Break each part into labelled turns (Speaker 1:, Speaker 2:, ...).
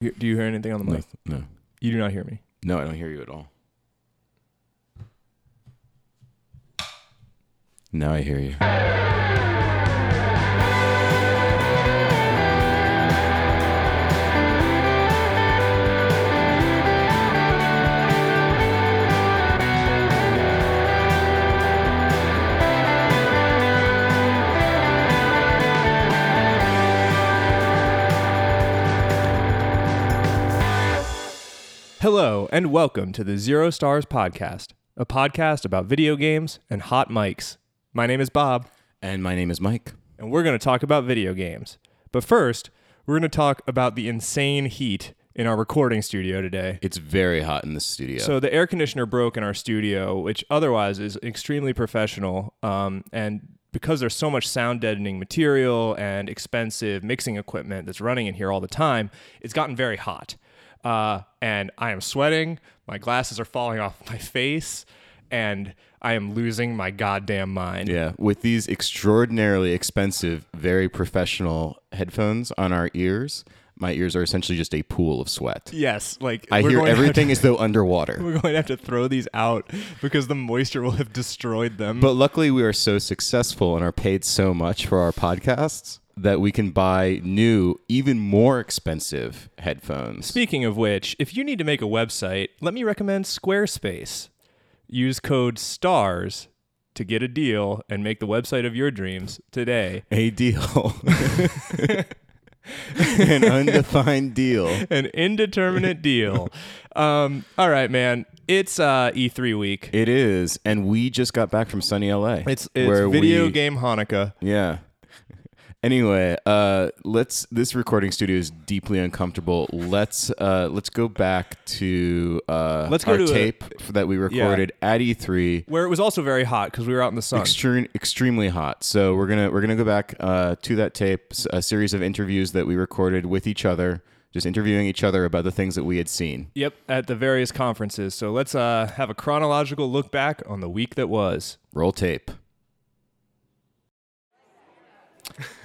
Speaker 1: Hear- Do you hear anything on the mic?
Speaker 2: No, no,
Speaker 1: You do not hear me.
Speaker 2: no, I don't hear you at all. Now I hear you.
Speaker 1: Hello, and welcome to the Zero Stars Podcast, a podcast about video games and hot mics. My name is Bob,
Speaker 2: And my name is Mike.
Speaker 1: and we're going to talk about video games. But first, we're going to talk about the insane heat in our recording studio today.
Speaker 2: It's very hot in the studio.
Speaker 1: So the air conditioner broke in our studio, which otherwise is extremely professional. Um, and because there's so much sound deadening material and expensive mixing equipment that's running in here all the time, it's gotten very hot. Uh, and I am sweating. My glasses are falling off my face, and I am losing my goddamn mind.
Speaker 2: yeah, with these extraordinarily expensive, very professional headphones on our ears, my ears are essentially just a pool of sweat.
Speaker 1: Yes, like
Speaker 2: I
Speaker 1: we're
Speaker 2: hear
Speaker 1: going to have to-
Speaker 2: everything as though underwater.
Speaker 1: we're going to have to throw these out because the moisture will have destroyed them.
Speaker 2: But luckily, we are so successful and are paid so much for our podcasts that we can buy new, even more expensive headphones.
Speaker 1: Speaking of which, if you need to make a website, let me recommend Squarespace. Use code STARS to get a deal and make the website of your dreams today.
Speaker 2: A deal. An undefined deal.
Speaker 1: An indeterminate deal. Um, all right, man. It's uh, E3 week.
Speaker 2: It is. And we just got back from sunny LA.
Speaker 1: It's, it's video game Hanukkah.
Speaker 2: Yeah. Anyway, uh, let's. This recording studio is deeply uncomfortable. Let's uh, let's go back to uh,
Speaker 1: Let's go
Speaker 2: our
Speaker 1: to a-
Speaker 2: tape that we recorded at E3.
Speaker 1: Where it was also very hot because we were out in the sun.
Speaker 2: Extreme, extremely hot. So we're gonna we're gonna go back uh, to that tape, s- a series of interviews that we recorded with each other, just interviewing each other about the things that we had seen.
Speaker 1: Yep, at the various conferences. So let's uh, have a chronological look back on the week that was.
Speaker 2: Roll tape.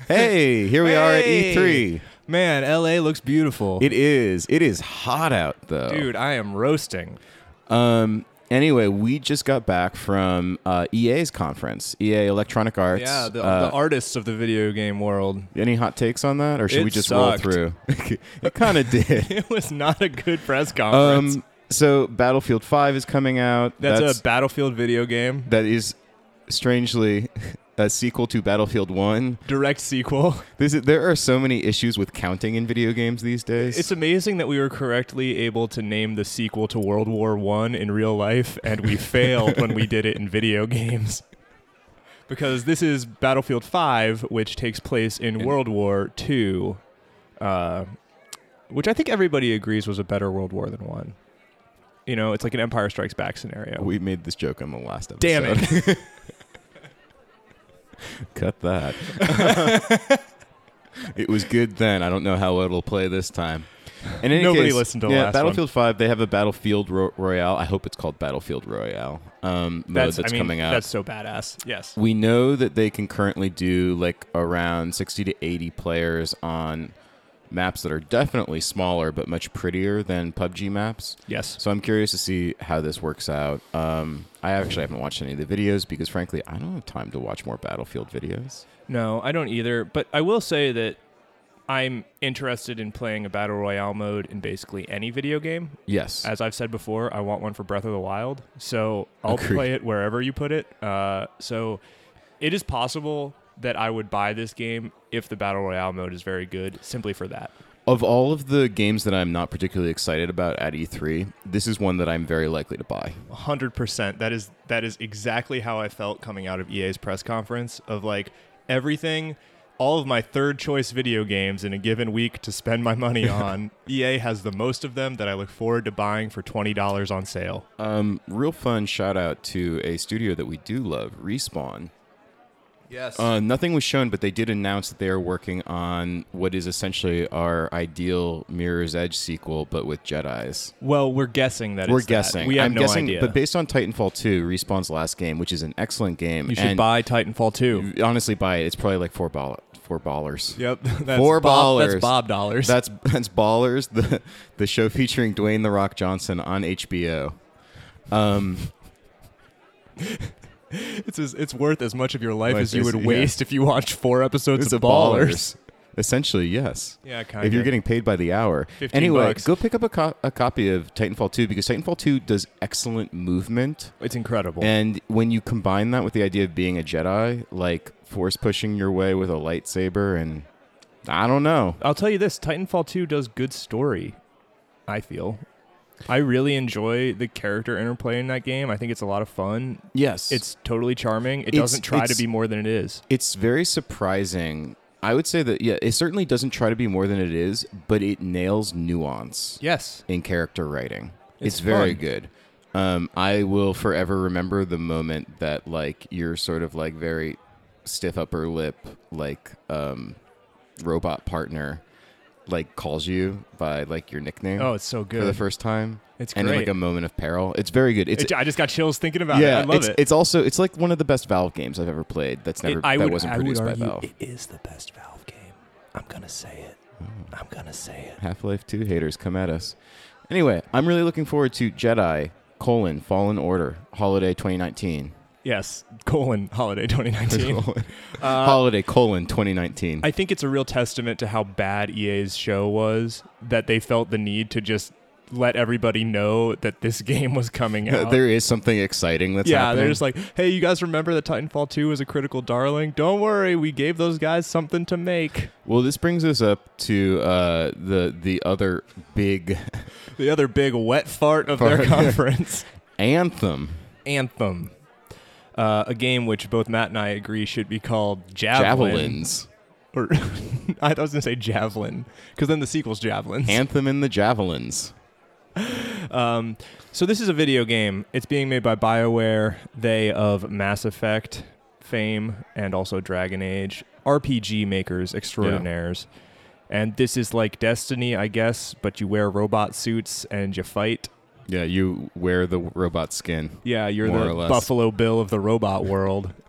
Speaker 2: Hey, here we are at
Speaker 1: Hey!
Speaker 2: E3.
Speaker 1: Man, LA looks beautiful.
Speaker 2: It is it is hot out though.
Speaker 1: Dude, I am roasting.
Speaker 2: Um. Anyway, we just got back from uh, EA's conference, EA Electronic Arts.
Speaker 1: Yeah, the,
Speaker 2: Uh,
Speaker 1: the artists of the video game world.
Speaker 2: any hot takes on that, or should
Speaker 1: It
Speaker 2: we just
Speaker 1: sucked.
Speaker 2: roll through? it kind of did.
Speaker 1: It was not a good press conference.
Speaker 2: Um. So Battlefield Five is coming out.
Speaker 1: that's, a Battlefield video game,
Speaker 2: that is strangely a sequel to Battlefield One.
Speaker 1: direct sequel.
Speaker 2: This is, there are so many issues with counting in video games these days.
Speaker 1: It's amazing that we were correctly able to name the sequel to World War One in real life, and we failed when we did it in video games. Because this is Battlefield Five, which takes place in
Speaker 2: In-
Speaker 1: World War Two, uh, which I think everybody agrees was a better World War than one. You know, it's like an Empire Strikes Back scenario.
Speaker 2: we made this joke on the last episode.
Speaker 1: Damn it.
Speaker 2: Cut that. it was good then. I don't know how it'll play this time. And in any
Speaker 1: Nobody
Speaker 2: case,
Speaker 1: listened to the
Speaker 2: yeah,
Speaker 1: last
Speaker 2: Battlefield Five. They have a Battlefield Ro- Royale. I hope it's called Battlefield Royale. Um, mode that's,
Speaker 1: I mean,
Speaker 2: coming out.
Speaker 1: That's so badass. Yes.
Speaker 2: we know that they can currently do like around sixty to eighty players on maps that are definitely smaller but much prettier than PUBG maps.
Speaker 1: Yes.
Speaker 2: So I'm curious to see how this works out. Um, I actually haven't watched any of the videos because, frankly, I don't have time to watch more Battlefield videos.
Speaker 1: No, I don't either. But I will say that I'm interested in playing a battle royale mode in basically any video game.
Speaker 2: Yes,
Speaker 1: As I've said before, I want one for Breath of the Wild, so I'll
Speaker 2: Agreed.
Speaker 1: play it wherever you put it. Uh, so it is possible that I would buy this game if the battle royale mode is very good, simply for that.
Speaker 2: of all of the games that I'm not particularly excited about at E3, this is one that I'm very likely to buy.
Speaker 1: 100%. That is that is exactly how I felt coming out of EA's press conference of like everything all of my third choice video games in a given week to spend my money on. EA has the most of them that I look forward to buying for $20 on sale.
Speaker 2: Um, real fun shout out to a studio that we do love, Respawn.
Speaker 1: Yes.
Speaker 2: Uh, nothing was shown, but they did announce that they are working on what is essentially our ideal Mirror's Edge sequel, but with Jedi's.
Speaker 1: well, we're guessing that
Speaker 2: We're
Speaker 1: it's that.
Speaker 2: guessing.
Speaker 1: We have
Speaker 2: I'm
Speaker 1: no
Speaker 2: guessing,
Speaker 1: idea.
Speaker 2: but based on Titanfall 2, Respawn's last game, which is an excellent game,
Speaker 1: you should
Speaker 2: and
Speaker 1: buy Titanfall 2.
Speaker 2: honestly buy it. It's probably like four ball, for ballers.
Speaker 1: Yep. That's
Speaker 2: Four
Speaker 1: Bob,
Speaker 2: ballers.
Speaker 1: That's Bob dollars.
Speaker 2: That's that's ballers. The the show featuring Dwayne the Rock Johnson on HBO. Um,
Speaker 1: it's as, it's worth as much of your life
Speaker 2: Life
Speaker 1: as you
Speaker 2: is-
Speaker 1: would
Speaker 2: yeah.
Speaker 1: waste if you watch four episodes
Speaker 2: it's
Speaker 1: of
Speaker 2: a
Speaker 1: Ballers.
Speaker 2: ballers. Essentially, yes.
Speaker 1: Yeah, kind of.
Speaker 2: If you're getting paid by the hour.
Speaker 1: 15
Speaker 2: Anyway,
Speaker 1: bucks.
Speaker 2: go pick up a, co- a copy of Titanfall 2 because Titanfall 2 does excellent movement.
Speaker 1: it's incredible.
Speaker 2: And when you combine that with the idea of being a Jedi, like force pushing your way with a lightsaber, and I don't know.
Speaker 1: I'll tell you this: Titanfall Two does good story. I feel. I really enjoy the character interplay in that game. I think it's a lot of fun.
Speaker 2: Yes,
Speaker 1: It's totally charming. It
Speaker 2: It's-
Speaker 1: doesn't try to
Speaker 2: it's-
Speaker 1: be more than it is.
Speaker 2: it's very surprising. I would say that yeah, it certainly doesn't try to be more than it is, but it nails nuance
Speaker 1: Yes.
Speaker 2: in character writing.
Speaker 1: It's
Speaker 2: It's, very
Speaker 1: fun.
Speaker 2: good. Um, I will forever remember the moment that like your sort of like very stiff upper lip like um, robot partner like calls you by like your nickname.
Speaker 1: Oh, it's so good.
Speaker 2: for the first time.
Speaker 1: It's
Speaker 2: and in,
Speaker 1: great.
Speaker 2: like a moment of peril. It's very good. It's
Speaker 1: It- I just got chills thinking about
Speaker 2: yeah.
Speaker 1: it. I love
Speaker 2: it's,
Speaker 1: it.
Speaker 2: it's also it's like one of the best Valve games I've ever played. That's
Speaker 1: It-
Speaker 2: never
Speaker 1: I
Speaker 2: that
Speaker 1: would,
Speaker 2: wasn't
Speaker 1: I would
Speaker 2: produced by
Speaker 1: argue
Speaker 2: Valve.
Speaker 1: It is the best Valve game. I'm gonna say it.
Speaker 2: Mm.
Speaker 1: I'm gonna say it.
Speaker 2: Half Life Two haters come at us. Anyway, I'm really looking forward to Jedi colon Fallen Order Holiday 2019.
Speaker 1: Yes, colon holiday Uh, 2019.
Speaker 2: Holiday colon 2019.
Speaker 1: I think it's a real testament to how bad EA's show was that they felt the need to just let everybody know that this game was coming out.
Speaker 2: there is something exciting that's
Speaker 1: yeah,
Speaker 2: happening.
Speaker 1: they're just like, hey, you guys remember that Titanfall 2 was a critical darling? Don't worry, we gave those guys something to make.
Speaker 2: well, this brings us up to uh, the the other big
Speaker 1: The other big wet fart of their
Speaker 2: Fart.
Speaker 1: conference.
Speaker 2: anthem,
Speaker 1: Anthem. Uh, a game which both Matt and I agree should be called Javelin.
Speaker 2: javelins.
Speaker 1: Or I was going to say Javelin, because then the sequel's Javelins.
Speaker 2: anthem and the javelins.
Speaker 1: Um, so this is a video game. It's being made by BioWare, they of Mass Effect fame and also Dragon Age, RPG makers extraordinaires. And this is like Destiny, I guess, but you wear robot suits and you fight.
Speaker 2: Yeah, you wear the robot skin.
Speaker 1: Yeah, you're
Speaker 2: More
Speaker 1: the
Speaker 2: or less.
Speaker 1: Buffalo Bill of the robot world.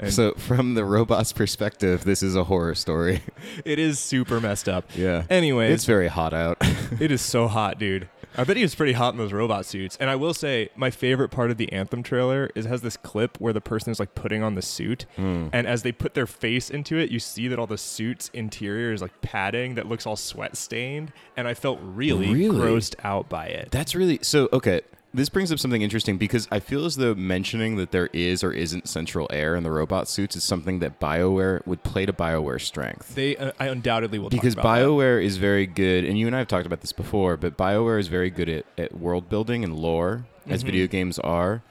Speaker 1: And-
Speaker 2: So, from the robot's perspective, this is a horror story.
Speaker 1: it is super messed up.
Speaker 2: Yeah.
Speaker 1: Anyways,
Speaker 2: It's very hot out.
Speaker 1: It is so hot, dude. I bet he was pretty hot in those robot suits. And I will say, my favorite part of the Anthem trailer is it has this clip where the person is like putting on the suit,
Speaker 2: Hmm.
Speaker 1: and as they put their face into it, you see that all the suit's interior is like padding that looks all sweat stained. And I felt really,
Speaker 2: Really?
Speaker 1: grossed out by it.
Speaker 2: That's really so. Okay. This brings up something interesting because I feel as though mentioning that there is or isn't central air in the robot suits is something that BioWare would play to BioWare's strength.
Speaker 1: They, uh, I undoubtedly will
Speaker 2: Because
Speaker 1: talk about that.
Speaker 2: BioWare is very good, and you and I have talked about this before, but BioWare is very good at, at world building and lore,
Speaker 1: Mm-hmm.
Speaker 2: as video games are.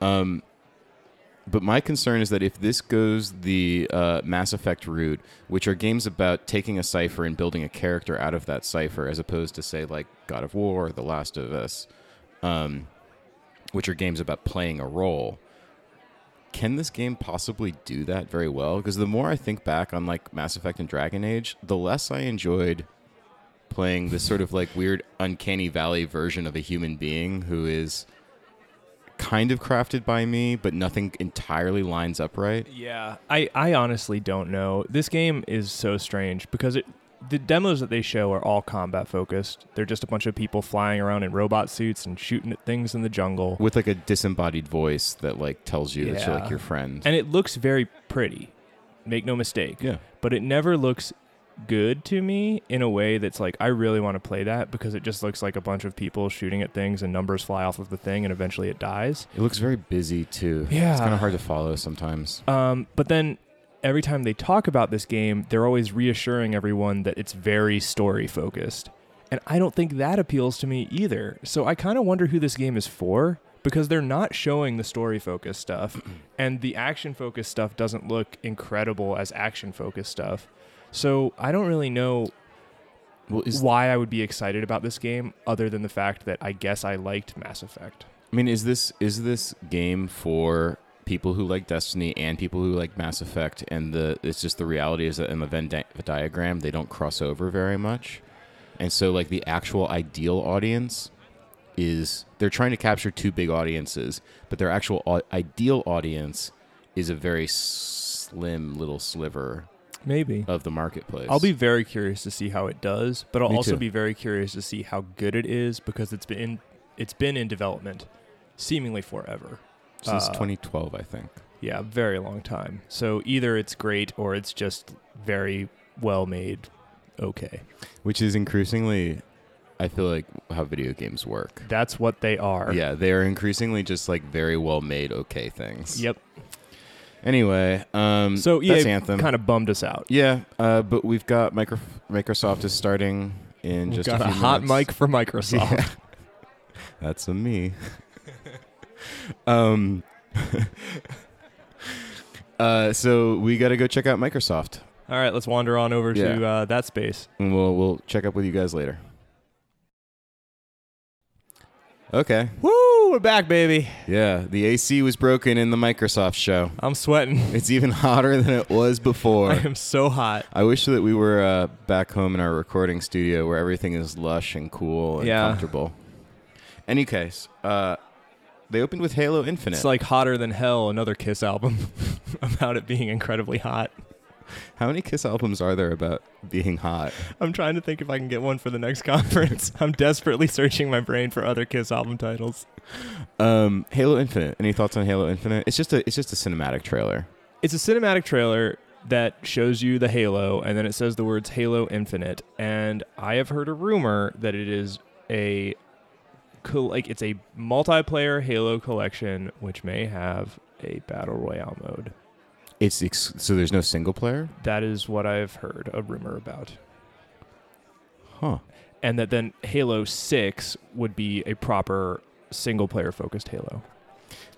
Speaker 2: Um, but my concern is that if this goes the uh, Mass Effect route, which are games about taking a cipher and building a character out of that cipher, as opposed to, say, like God of War or The Last of Us, um, which are games about playing a role. Can this game possibly do that very well? Because the more I think back on like Mass Effect and Dragon Age, the less I enjoyed playing this sort of like weird uncanny valley version of a human being who is kind of crafted by me, but nothing entirely lines up right.
Speaker 1: Yeah, I, I honestly don't know. This game is so strange because it the demos that they show are all combat focused. They're just a bunch of people flying around in robot suits and shooting at things in the jungle.
Speaker 2: With like a disembodied voice that like tells you that you're
Speaker 1: Yeah.
Speaker 2: like your friend.
Speaker 1: And it looks very pretty. Make no mistake.
Speaker 2: yeah.
Speaker 1: But it never looks good to me in a way that's like I really want to play that because it just looks like a bunch of people shooting at things and numbers fly off of the thing and eventually it dies.
Speaker 2: It looks very busy too.
Speaker 1: Yeah.
Speaker 2: It's kind of hard to follow sometimes.
Speaker 1: Um, but then every time they talk about this game, they're always reassuring everyone that it's very story focused. And I don't think that appeals to me either. So I kind of wonder who this game is for because they're not showing the story focused stuff and the action focused stuff doesn't look incredible as action focused stuff. So I don't really know
Speaker 2: Well, is
Speaker 1: why I would be excited about this game other than the fact that I guess I liked Mass Effect.
Speaker 2: I mean, is this is this game for people who like Destiny and people who like Mass Effect? And the it's just the reality is that in the Venn di- diagram, they don't cross over very much, and so like the actual ideal audience is they're trying to capture two big audiences, but their actual au- ideal audience is a very slim little sliver
Speaker 1: Maybe.
Speaker 2: of the marketplace.
Speaker 1: I'll be very curious to see how it does, but I'll
Speaker 2: Me
Speaker 1: also
Speaker 2: too.
Speaker 1: be very curious to see how good it is because it's been in, it's been in development seemingly forever.
Speaker 2: since
Speaker 1: uh,
Speaker 2: 2012, I think.
Speaker 1: Yeah, a very long time. So either it's great or it's just very well made. Okay.
Speaker 2: Which is increasingly, I feel like, how video games work.
Speaker 1: That's what they are.
Speaker 2: Yeah, they are increasingly just like very well made, okay things.
Speaker 1: Yep.
Speaker 2: Anyway, um,
Speaker 1: So EA
Speaker 2: that's Anthem.
Speaker 1: kind of bummed us out.
Speaker 2: yeah, uh, but we've got micro- Microsoft is starting in
Speaker 1: We've
Speaker 2: just
Speaker 1: got
Speaker 2: a,
Speaker 1: a,
Speaker 2: few
Speaker 1: hot
Speaker 2: minutes.
Speaker 1: mic for Microsoft.
Speaker 2: Yeah. That's a me. um, uh, so we got to go check out Microsoft,
Speaker 1: All right, let's wander on over to
Speaker 2: Yeah.
Speaker 1: uh, that space.
Speaker 2: and we'll we'll check up with you guys later. Okay.
Speaker 1: Woo, we're back, baby.
Speaker 2: Yeah, the AC was broken in the Microsoft show.
Speaker 1: I'm sweating.
Speaker 2: It's even hotter than it was
Speaker 1: I
Speaker 2: before.
Speaker 1: am so hot.
Speaker 2: I wish that we were uh, back home in our recording studio where everything is lush and cool and
Speaker 1: Yeah.
Speaker 2: comfortable. Any case, uh, they opened with Halo Infinite.
Speaker 1: It's like hotter than hell. Another Kiss album about it being incredibly hot.
Speaker 2: How many Kiss albums are there about being hot?
Speaker 1: I'm trying to think if I can get one for the next conference. I'm desperately searching my brain for other Kiss album titles.
Speaker 2: Um, Halo Infinite. Any thoughts on Halo Infinite? It's just a it's just a cinematic trailer.
Speaker 1: It's a cinematic trailer that shows you the Halo, and then it says the words Halo Infinite. And I have heard a rumor that it is a col- like it's a multiplayer Halo collection, which may have a battle royale mode.
Speaker 2: It's ex- so there's no single player,
Speaker 1: That is what I've heard a rumor about.
Speaker 2: huh?
Speaker 1: and that then Halo 6 would be a proper single player focused Halo.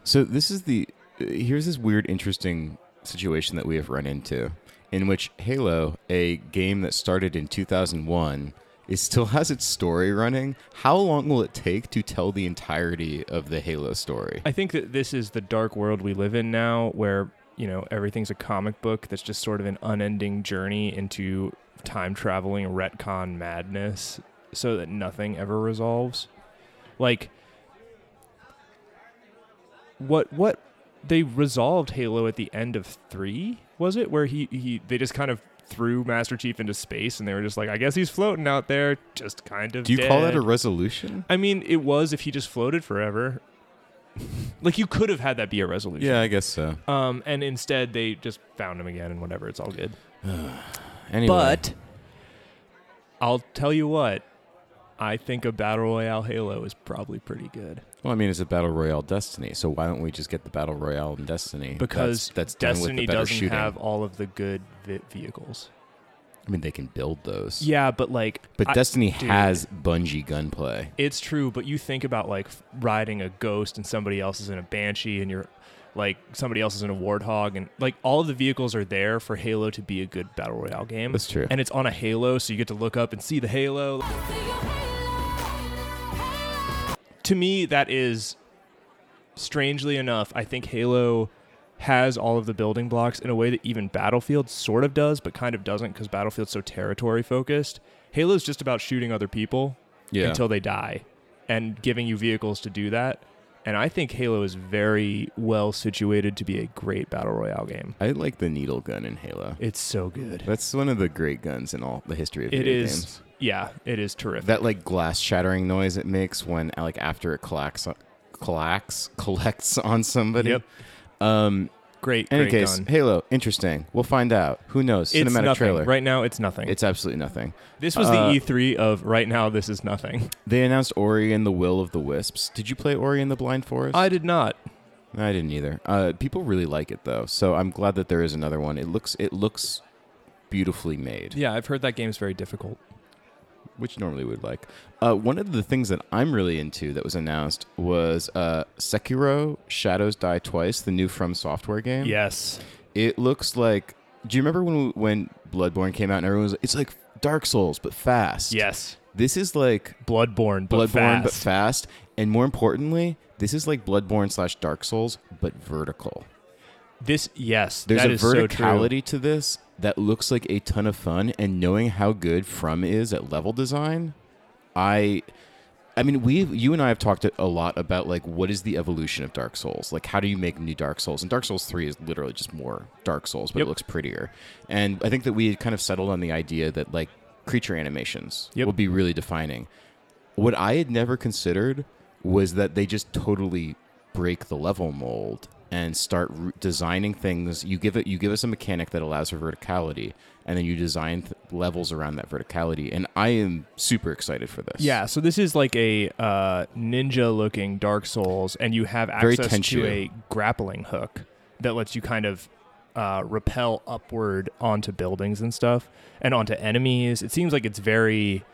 Speaker 2: So this is the uh, here's this weird, interesting situation that we have run into, in which Halo, a game that started in 2001, it still has its story running. How long will it take to tell the entirety of the Halo story?
Speaker 1: I think that this is the dark world we live in now where, you know, everything's a comic book that's just sort of an unending journey into time traveling retcon madness so that nothing ever resolves. Like what what they resolved Halo at the end of 3, was it? Where he he they just kind of threw Master Chief into space and they were just like, I guess he's floating out there, just kind of
Speaker 2: Do you call that
Speaker 1: dead."
Speaker 2: a resolution?
Speaker 1: I mean, it was if he just floated forever. like you could have had that be a resolution.
Speaker 2: Yeah, I guess so.
Speaker 1: Um, and instead they just found him again and whatever. It's all good.
Speaker 2: Anyway,
Speaker 1: But I'll tell you what, I think a battle royale Halo is probably pretty good
Speaker 2: well, I mean, it's a battle royale Destiny, so why don't we just get the battle royale in Destiny? That's-
Speaker 1: because
Speaker 2: that's, done with the
Speaker 1: Destiny
Speaker 2: better
Speaker 1: doesn't
Speaker 2: shooting.
Speaker 1: have all of the good vi- vehicles.
Speaker 2: I mean, they can build those.
Speaker 1: Yeah, but like,
Speaker 2: But
Speaker 1: I-
Speaker 2: Destiny
Speaker 1: dude.
Speaker 2: has Bungie gunplay.
Speaker 1: it's true. But you think about like f- riding a ghost and somebody else is in a banshee and you're like somebody else is in a warthog and like all of the vehicles are there for Halo to be a good battle royale game.
Speaker 2: That's true.
Speaker 1: and it's on a halo so you get to look up and see the halo to me that is strangely enough i think halo has all of the building blocks in a way that even battlefield sort of does but kind of doesn't because battlefield's so territory focused halo's just about shooting other people
Speaker 2: yeah.
Speaker 1: until they die and giving you vehicles to do that and i think halo is very well situated to be a great battle royale game
Speaker 2: I like the needle gun in Halo.
Speaker 1: it's so good
Speaker 2: That's one of the great guns in all the history of
Speaker 1: it
Speaker 2: video
Speaker 1: is
Speaker 2: games.
Speaker 1: yeah it is terrific
Speaker 2: That like glass shattering noise it makes when like after it collects, collects, collects on somebody.
Speaker 1: Yep.
Speaker 2: Um.
Speaker 1: great
Speaker 2: Any
Speaker 1: great
Speaker 2: case,
Speaker 1: gun.
Speaker 2: Halo, interesting. We'll find out. Who knows?
Speaker 1: it's
Speaker 2: Cinematic
Speaker 1: nothing.
Speaker 2: trailer.
Speaker 1: Right now, it's nothing.
Speaker 2: It's absolutely nothing.
Speaker 1: this was
Speaker 2: uh,
Speaker 1: the E3 of right now. This is nothing.
Speaker 2: They announced Ori and the Will of the Wisps. Did you play Ori and the Blind Forest?
Speaker 1: I did not.
Speaker 2: I didn't either. Uh, people really like it though, so I'm glad that there is another one. It looks it looks beautifully made,
Speaker 1: Yeah, I've heard that game's very difficult.
Speaker 2: which normally we would like. Uh, one of the things that I'm really into that was announced was uh, Sekiro: Shadows Die Twice, the new From Software game.
Speaker 1: Yes.
Speaker 2: it looks like. Do you remember when when Bloodborne came out and everyone was like, "It's like Dark Souls but fast."
Speaker 1: Yes.
Speaker 2: this is like
Speaker 1: Bloodborne, but fast.
Speaker 2: Bloodborne but fast, and more importantly, this is like Bloodborne slash Dark Souls but vertical.
Speaker 1: this, yes,
Speaker 2: There's
Speaker 1: that
Speaker 2: a
Speaker 1: is so true.
Speaker 2: verticality to this that looks like a ton of fun, and knowing how good From is at level design, I I mean, we you and I have talked a lot about like what is the evolution of Dark Souls? Like how do you make new Dark Souls? And Dark Souls 3 is literally just more Dark Souls, but
Speaker 1: Yep.
Speaker 2: it looks prettier. And I think that we had kind of settled on the idea that like creature animations
Speaker 1: Yep.
Speaker 2: will be really defining. What I had never considered was that they just totally break the level mold and start re- designing things. You give it, you give us a mechanic that allows for verticality, and then you design th- levels around that verticality. And I am super excited for this.
Speaker 1: Yeah, so this is like a uh, ninja-looking Dark Souls, and you have
Speaker 2: Very
Speaker 1: access to
Speaker 2: Tenchu.
Speaker 1: a grappling hook that lets you kind of uh, repel upward onto buildings and stuff, and onto enemies. It seems like it's very,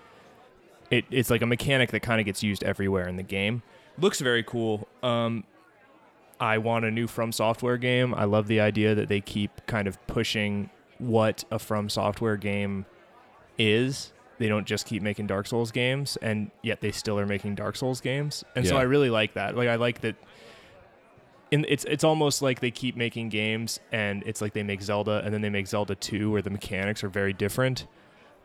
Speaker 1: it, it's like a mechanic that kind of gets used everywhere in the game. Looks very cool. Um, I want a new From Software game. I love the idea that they keep kind of pushing what a From Software game is. They don't just keep making Dark Souls games, and yet they still are making Dark Souls games. And so
Speaker 2: Yeah.
Speaker 1: I really like that. Like I like that. In, it's it's almost like they keep making games, and it's like they make Zelda, and then they make Zelda Two, where the mechanics are very different,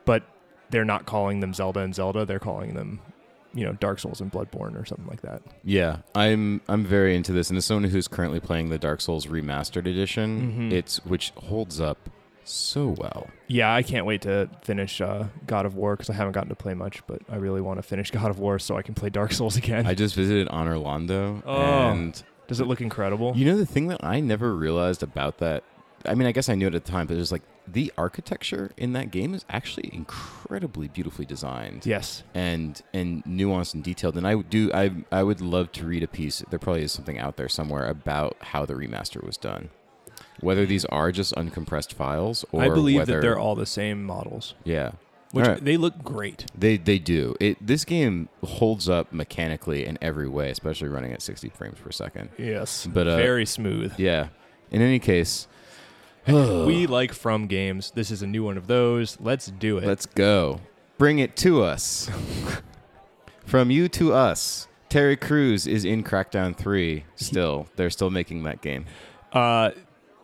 Speaker 1: but they're not calling them Zelda and Zelda. They're calling them, you know, Dark Souls and Bloodborne or something like that.
Speaker 2: Yeah, I'm I'm very into this, and as someone who's currently playing the Dark Souls Remastered Edition,
Speaker 1: Mhm.
Speaker 2: it's which holds up so well.
Speaker 1: Yeah, I can't wait to finish uh, God of War because I haven't gotten to play much, but I really want to finish God of War so I can play Dark Souls again.
Speaker 2: I just visited on Orlando,
Speaker 1: Oh.
Speaker 2: and
Speaker 1: Does it look incredible?
Speaker 2: you know the thing that I never realized about that. I mean, I guess I knew it at the time, but it was like the architecture in that game is actually incredibly beautifully designed.
Speaker 1: yes.
Speaker 2: and and nuanced and detailed. And I would do I I would love to read a piece. There probably is something out there somewhere about how the remaster was done. Whether these are just uncompressed files or
Speaker 1: I believe
Speaker 2: whether
Speaker 1: that they're all the same models,
Speaker 2: yeah.
Speaker 1: which
Speaker 2: All right.
Speaker 1: they look great.
Speaker 2: They they do. It this game holds up mechanically in every way, especially running at 60 frames per second.
Speaker 1: Yes.
Speaker 2: But, uh,
Speaker 1: very smooth.
Speaker 2: Yeah. In any case, uh,
Speaker 1: We like From games. This is a new one of those. Let's do it.
Speaker 2: Let's go. Bring it to us. From you to us. Terry Crews is in Crackdown 3 still. They're still making that game.
Speaker 1: Uh,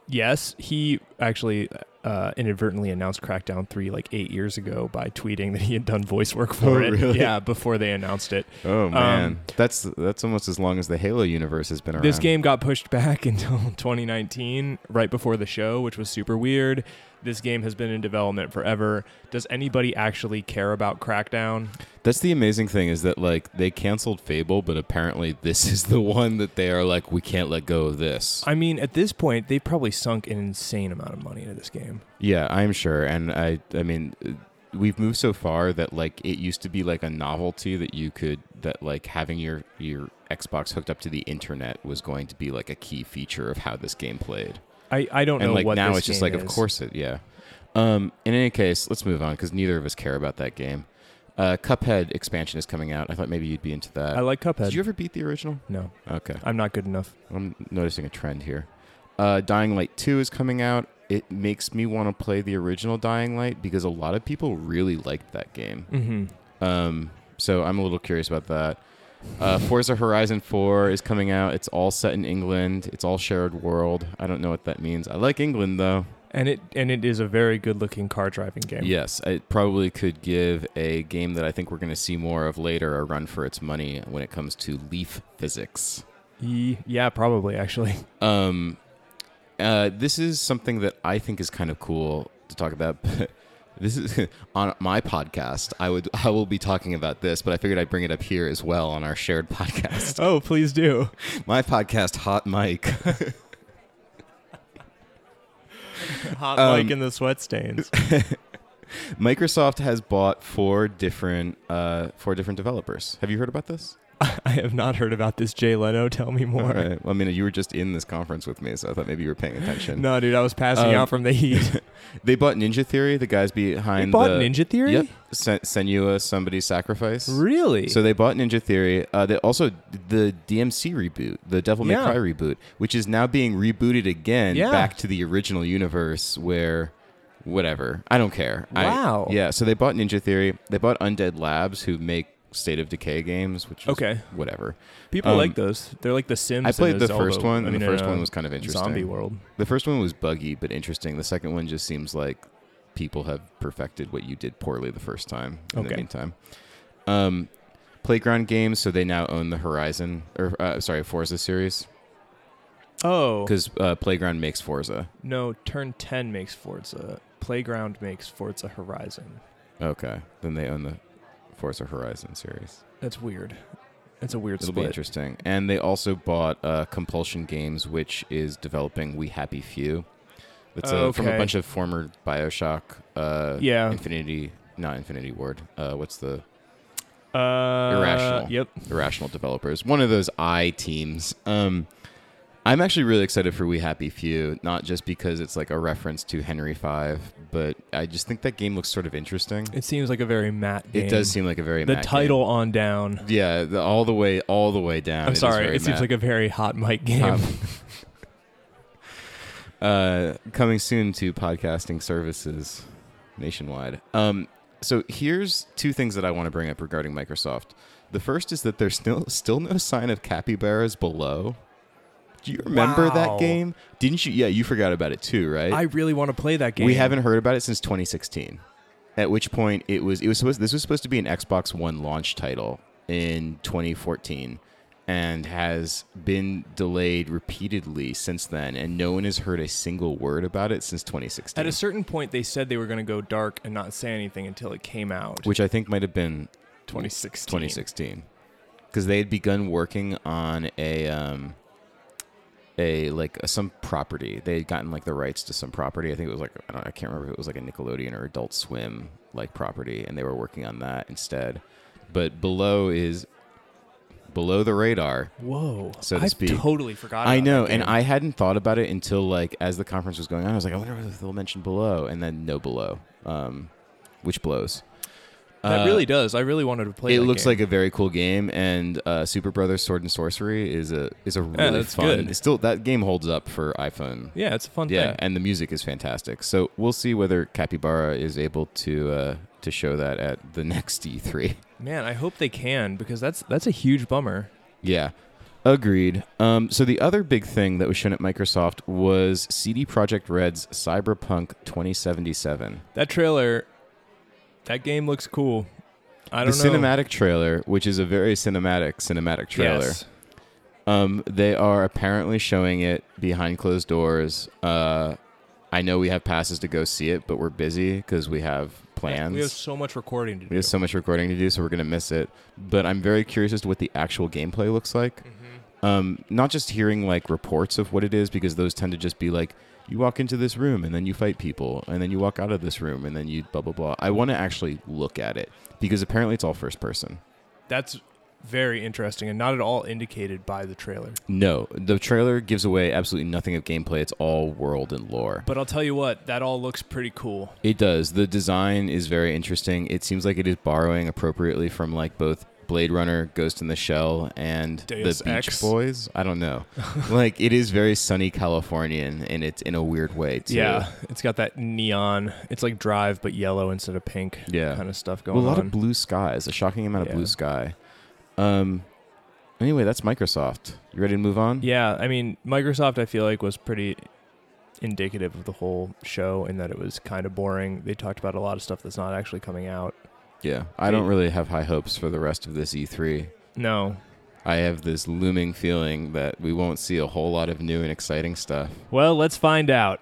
Speaker 1: yes, he actually uh, inadvertently announced Crackdown 3 like eight years ago by tweeting that he had done voice work for
Speaker 2: Oh,
Speaker 1: it.
Speaker 2: really?
Speaker 1: Yeah, before they announced it.
Speaker 2: Oh man,
Speaker 1: Um,
Speaker 2: that's that's almost as long as the Halo universe has been around.
Speaker 1: This game got pushed back until 2019, right before the show, which was super weird. This game has been in development forever. Does anybody actually care about Crackdown?
Speaker 2: That's the amazing thing is that like they canceled Fable, but apparently this is the one that they are like we can't let go of this.
Speaker 1: I mean, at this point, they probably sunk an insane amount of money into this game.
Speaker 2: yeah, I'm sure, and I I mean. uh, We've moved so far that like it used to be like a novelty that you could that like having your your Xbox hooked up to the internet was going to be like a key feature of how this game played.
Speaker 1: I, I don't
Speaker 2: and
Speaker 1: know
Speaker 2: like
Speaker 1: what
Speaker 2: now
Speaker 1: this
Speaker 2: it's just
Speaker 1: game
Speaker 2: like of
Speaker 1: is.
Speaker 2: course it yeah um in any case let's move on because neither of us care about that game uh cuphead expansion is coming out i thought maybe you'd be into that
Speaker 1: I like Cuphead.
Speaker 2: did you ever beat the original
Speaker 1: no,
Speaker 2: okay
Speaker 1: I'm not good enough.
Speaker 2: i'm noticing a trend here uh dying light 2 is coming out it makes me want to play the original dying light because a lot of people really liked that game
Speaker 1: Mm-hmm.
Speaker 2: um so i'm a little curious about that uh, Forza Horizon 4 is coming out. It's all set in England. It's all shared world. I don't know what that means. I like England though.
Speaker 1: And it and it is a very good looking car driving game.
Speaker 2: Yes, it probably could give a game that I think we're going to see more of later a run for its money when it comes to leaf physics.
Speaker 1: Ye- yeah, probably actually.
Speaker 2: Um, uh, this is something that I think is kind of cool to talk about. but this is on my podcast. I would I will be talking about this, but I figured I'd bring it up here as well on our shared podcast.
Speaker 1: Oh, please do.
Speaker 2: my podcast, Hot Mike.
Speaker 1: Hot
Speaker 2: Um,
Speaker 1: Mike in the sweat stains.
Speaker 2: Microsoft has bought four different uh, four different developers. Have you heard about this?
Speaker 1: I have not heard about this. Jay Leno, tell me more.
Speaker 2: All right. Well, I mean, you were just in this conference with me, so I thought maybe you were paying attention.
Speaker 1: No, dude, I was passing
Speaker 2: Um,
Speaker 1: out from the heat.
Speaker 2: They bought Ninja Theory, the guys behind.
Speaker 1: You bought
Speaker 2: the,
Speaker 1: Ninja Theory?
Speaker 2: Yep. Sen- Senua, somebody's sacrifice.
Speaker 1: Really?
Speaker 2: So they bought Ninja Theory. Uh, they also the DMC reboot, the Devil May
Speaker 1: Yeah.
Speaker 2: Cry reboot, which is now being rebooted again
Speaker 1: Yeah.
Speaker 2: back to the original universe where whatever. I don't care. I-
Speaker 1: Wow.
Speaker 2: yeah, so they bought Ninja Theory. They bought Undead Labs who make State of Decay games, which is
Speaker 1: Okay.
Speaker 2: whatever.
Speaker 1: people
Speaker 2: um,
Speaker 1: like those. They're like the Sims.
Speaker 2: I
Speaker 1: and
Speaker 2: played the
Speaker 1: Zelda-
Speaker 2: first one,
Speaker 1: I
Speaker 2: and
Speaker 1: mean,
Speaker 2: the first
Speaker 1: uh,
Speaker 2: one was kind of interesting.
Speaker 1: Zombie World.
Speaker 2: The first one was buggy but interesting. The second one just seems like people have perfected what you did poorly the first time in the
Speaker 1: Okay.
Speaker 2: meantime. Um, Playground Games, so they now own the Horizon or uh, sorry Forza series
Speaker 1: Oh
Speaker 2: because uh, Playground makes Forza.
Speaker 1: no, Turn Ten makes Forza. Playground makes Forza Horizon.
Speaker 2: Okay, then they own the Forza Horizon series.
Speaker 1: That's weird. That's a weird
Speaker 2: It'll be
Speaker 1: split.
Speaker 2: interesting. And they also bought uh, Compulsion Games, which is developing We Happy Few. It's uh, from a
Speaker 1: Okay.
Speaker 2: bunch of former Bioshock. Uh,
Speaker 1: Yeah.
Speaker 2: Infinity, not Infinity Ward. Uh, what's the
Speaker 1: Uh,
Speaker 2: Irrational.
Speaker 1: Yep.
Speaker 2: irrational developers. One of those I teams. Um, I'm actually really excited for We Happy Few, not just because it's like a reference to Henry V, but I just think that game looks sort of interesting.
Speaker 1: It seems like a very matte. Game.
Speaker 2: It does seem like a very
Speaker 1: the
Speaker 2: Mac game.
Speaker 1: title on down.
Speaker 2: Yeah, the, all the way, all the way down.
Speaker 1: I'm
Speaker 2: is
Speaker 1: sorry.
Speaker 2: very
Speaker 1: It seems
Speaker 2: Mac.
Speaker 1: like a very hot mic game.
Speaker 2: Um, uh, coming soon to podcasting services nationwide. Um, so here's two things that I want to bring up regarding Microsoft. The first is that there's still still no sign of capybaras below. Do you remember
Speaker 1: Wow.
Speaker 2: that game? Didn't you? Yeah, you forgot about it too, right?
Speaker 1: I really want to play that game.
Speaker 2: We haven't heard about it since 2016. At which point it was it was supposed this was supposed to be an Xbox One launch title in 2014 and has been delayed repeatedly since then and no one has heard a single word about it since 2016.
Speaker 1: At a certain point, they said they were going to go dark and not say anything until it came out.
Speaker 2: which I think might have been
Speaker 1: 2016.
Speaker 2: 2016 because they had begun working on a um a like a, some property they had gotten like the rights to some property i think it was like I, don't, I can't remember if it was like a nickelodeon or adult swim like property and they were working on that instead but below is below the radar
Speaker 1: Whoa.
Speaker 2: So to
Speaker 1: I
Speaker 2: speak.
Speaker 1: totally forgot.
Speaker 2: I
Speaker 1: about
Speaker 2: know,
Speaker 1: that
Speaker 2: and
Speaker 1: game.
Speaker 2: I hadn't thought about it until like as the conference was going on. I was like, I wonder if they'll mention below, and then no below, um, which blows.
Speaker 1: that
Speaker 2: Uh,
Speaker 1: really does. I really wanted to play.
Speaker 2: it
Speaker 1: that
Speaker 2: looks
Speaker 1: game.
Speaker 2: like a very cool game, and uh, Super Brothers Sword and Sorcery is a is a really
Speaker 1: that's
Speaker 2: fun.
Speaker 1: good.
Speaker 2: It's still that game holds up for iPhone.
Speaker 1: yeah, it's a fun
Speaker 2: Yeah,
Speaker 1: thing.
Speaker 2: and the music is fantastic. So we'll see whether Capybara is able to uh, to show that at the next E E3.
Speaker 1: Man, I hope they can because that's that's a huge bummer.
Speaker 2: Yeah. Agreed. Um, so the other big thing that was shown at Microsoft was CD Projekt Red's Cyberpunk 2077.
Speaker 1: That trailer, that game looks cool. I
Speaker 2: the
Speaker 1: don't know.
Speaker 2: cinematic trailer, which is a very cinematic cinematic trailer.
Speaker 1: Yes.
Speaker 2: Um, they are apparently showing it behind closed doors. Uh, I know we have passes to go see it, but we're busy because we have plans.
Speaker 1: We have so much recording to do.
Speaker 2: We have so much recording to do, so we're gonna miss it. But I'm very curious as to what the actual gameplay looks like. Um, not just hearing like reports of what it is, because those tend to just be like, you walk into this room and then you fight people, and then you walk out of this room and then you blah blah blah. I want to actually look at it because apparently it's all first person.
Speaker 1: That's very interesting and not at all indicated by the trailer.
Speaker 2: No, the trailer gives away absolutely nothing of gameplay. It's all world and lore.
Speaker 1: But I'll tell you what, that all looks pretty cool.
Speaker 2: It does. The design is very interesting. It seems like it is borrowing appropriately from like both Blade Runner, Ghost in the Shell, and
Speaker 1: Deus
Speaker 2: the Beach
Speaker 1: Ex.
Speaker 2: Boys. I don't know. like it is very sunny Californian, and it's in a weird way too.
Speaker 1: Yeah, it's got that neon. It's like Drive but yellow instead of pink.
Speaker 2: Yeah.
Speaker 1: kind of stuff going
Speaker 2: Well, a lot
Speaker 1: on.
Speaker 2: of blue skies. A shocking amount
Speaker 1: Yeah.
Speaker 2: of blue sky. Um. Anyway, that's Microsoft. You ready to move on?
Speaker 1: yeah, I mean, Microsoft, I feel like was pretty indicative of the whole show in that it was kind of boring. They talked about a lot of stuff that's not actually coming out.
Speaker 2: Yeah. I don't really have high hopes for the rest of this E E3.
Speaker 1: No.
Speaker 2: I have this looming feeling that we won't see a whole lot of new and exciting stuff.
Speaker 1: Well, let's find out.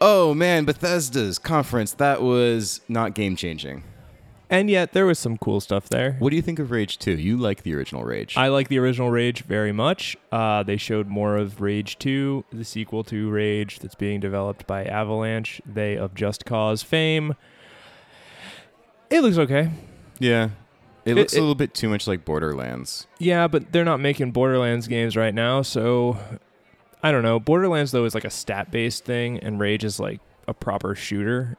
Speaker 2: Oh man, Bethesda's conference, that was not game changing.
Speaker 1: And yet, there was some cool stuff there.
Speaker 2: What do you think of Rage 2? You like the original Rage.
Speaker 1: I like the original Rage very much. Uh, they showed more of Rage 2, the sequel to Rage that's being developed by Avalanche, they of Just Cause fame. It looks okay.
Speaker 2: yeah. It
Speaker 1: It-
Speaker 2: looks
Speaker 1: it-
Speaker 2: a little bit too much like Borderlands.
Speaker 1: Yeah, but they're not making Borderlands games right now, so I don't know. Borderlands though is like a stat-based thing and Rage is like a proper shooter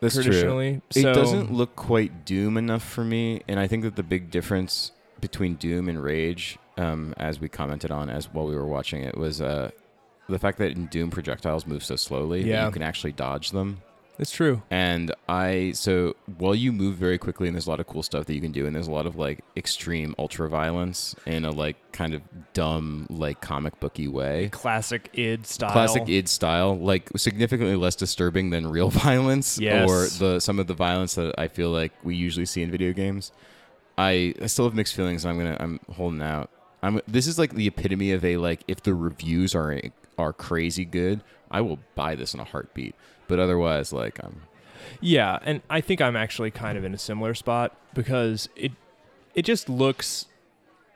Speaker 2: That's
Speaker 1: traditionally.
Speaker 2: It
Speaker 1: so
Speaker 2: doesn't look quite Doom enough for me, and I think that the big difference between Doom and Rage, um, as we commented on as while we were watching it, was uh, the fact that in Doom projectiles move so slowly that
Speaker 1: Yeah.
Speaker 2: you can actually dodge them.
Speaker 1: It's true.
Speaker 2: And I so while you move very quickly and there's a lot of cool stuff that you can do and there's a lot of like extreme ultra violence in a like kind of dumb like comic booky way.
Speaker 1: Classic id style.
Speaker 2: Classic id style, like significantly less disturbing than real violence
Speaker 1: Yes.
Speaker 2: or the some of the violence that I feel like we usually see in video games. I, I still have mixed feelings. And I'm gonna I'm holding out. I'm this is like the epitome of a like if the reviews are are crazy good, I will buy this in a heartbeat. But otherwise, like I'm
Speaker 1: Yeah, and I think I'm actually kind of in a similar spot because it it just looks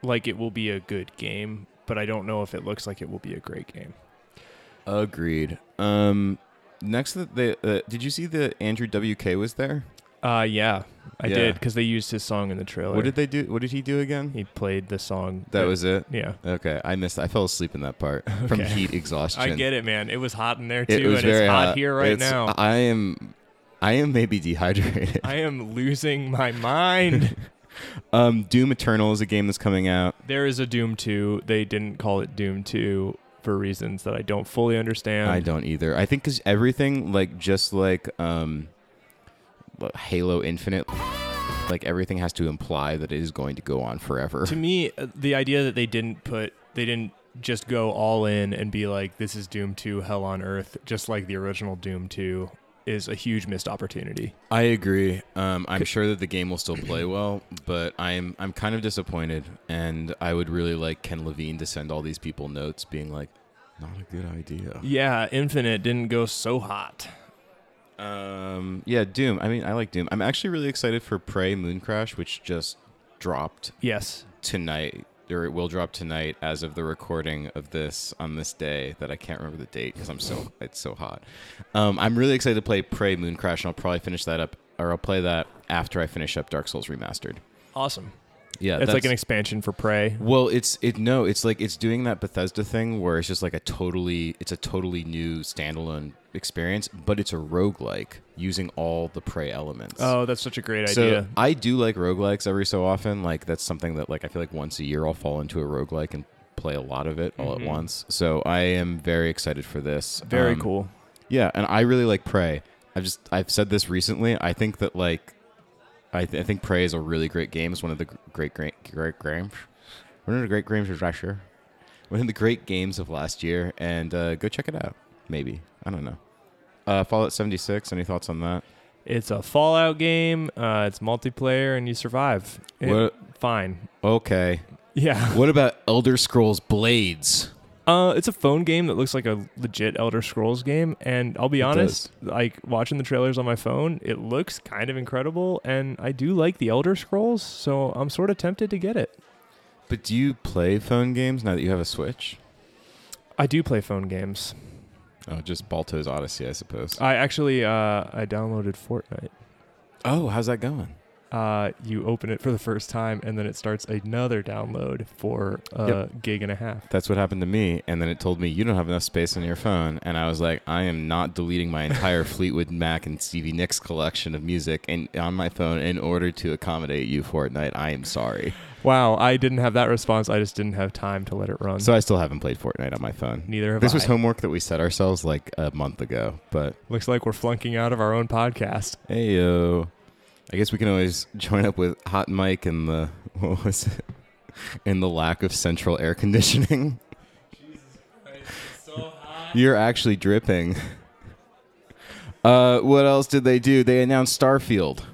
Speaker 1: like it will be a good game, but I don't know if it looks like it will be a great game.
Speaker 2: Agreed. Um, next, to the, the uh, did you see the Andrew WK was there?
Speaker 1: Uh yeah, I
Speaker 2: Yeah.
Speaker 1: did because they used his song in the trailer.
Speaker 2: What did they do? What did he do again?
Speaker 1: Oh, he played the song?
Speaker 2: that was it.
Speaker 1: yeah.
Speaker 2: Okay, I missed. I fell asleep in that part from
Speaker 1: Okay.
Speaker 2: heat exhaustion.
Speaker 1: I get it, man. It was hot in there too,
Speaker 2: It was
Speaker 1: and
Speaker 2: very
Speaker 1: it's hot, here right
Speaker 2: It's-
Speaker 1: now.
Speaker 2: I am, I am maybe dehydrated.
Speaker 1: I am losing my mind.
Speaker 2: Um, Doom Eternal is a game that's coming out.
Speaker 1: there is a Doom 2. They didn't call it Doom 2 for reasons that I don't fully understand.
Speaker 2: I don't either. I think because everything, like just like um, Halo Infinite, like everything has to imply that it is going to go on forever.
Speaker 1: to me uh, the idea that they didn't put they didn't just go all in and be like this is doom 2 hell on earth just like the original doom 2 is a huge missed opportunity
Speaker 2: I agree. Um, I'm sure that the game will still play well, but I'm I'm kind of disappointed, and I would really like Ken Levine to send all these people notes, being like, "Not a good idea."
Speaker 1: yeah infinite didn't go so hot
Speaker 2: Um, yeah, Doom. I mean, I like Doom. I'm actually really excited for Prey Moon Crash, which just dropped
Speaker 1: yes
Speaker 2: tonight, or it will drop tonight as of the recording of this on this day that I can't remember the date because I'm so it's so hot. Um, I'm really excited to play Prey Moon Crash, and I'll probably finish that up, or I'll play that after I finish up Dark Souls Remastered.
Speaker 1: awesome
Speaker 2: Yeah,
Speaker 1: it's like an expansion for prey
Speaker 2: well, it's it no, it's like it's doing that Bethesda thing where it's just like a totally it's a totally new standalone experience, but it's a roguelike using all the prey elements.
Speaker 1: oh that's such a great
Speaker 2: so
Speaker 1: idea
Speaker 2: I do like roguelikes every so often. Like that's something that like I feel like once a year I'll fall into a roguelike and play a lot of it all at once. So I am very excited for this.
Speaker 1: Mm-hmm. very
Speaker 2: Um,
Speaker 1: cool
Speaker 2: yeah, and I really like Prey. I've just I've said this recently. I think that like I, th- I think Prey is a really great game. It's one of the gr- great great great games. One of the great games of last year. One of the great games of last year, and uh, go check it out. Maybe I don't know. Uh, Fallout seventy six. Any thoughts on that?
Speaker 1: it's a fallout game uh, it's multiplayer and you survive It-
Speaker 2: What-
Speaker 1: fine
Speaker 2: Okay.
Speaker 1: yeah
Speaker 2: What about Elder Scrolls Blades?
Speaker 1: Uh, it's a phone game that looks like a legit Elder Scrolls game, and I'll be honest, like watching the trailers on my phone, it looks kind of incredible, and I do like the Elder Scrolls, so I'm sort of tempted to get it.
Speaker 2: But do you play phone games now that you have a Switch?
Speaker 1: I do play phone games.
Speaker 2: Oh, just Balto's Odyssey, I suppose.
Speaker 1: I actually uh, I downloaded Fortnite.
Speaker 2: Oh, how's that going?
Speaker 1: Uh, you open it for the first time, and then it starts another download for a gig and a half.
Speaker 2: That's what happened to me. And then it told me, you don't have enough space on your phone. And I was like, I am not deleting my entire Fleetwood Mac and Stevie Nicks collection of music and on my phone in order to accommodate you, Fortnite. I am sorry.
Speaker 1: Wow, I didn't have that response. I just didn't have time to let it run.
Speaker 2: So I still haven't played Fortnite on my phone.
Speaker 1: Neither have
Speaker 2: This
Speaker 1: I.
Speaker 2: was homework that we set ourselves like a month ago, but
Speaker 1: Looks like we're flunking out of our own podcast.
Speaker 2: hey, yo. I guess we can always join up with Hot Mike and the, what was it? And the lack of central air conditioning. You're actually dripping. Uh, what else did they do? They announced Starfield.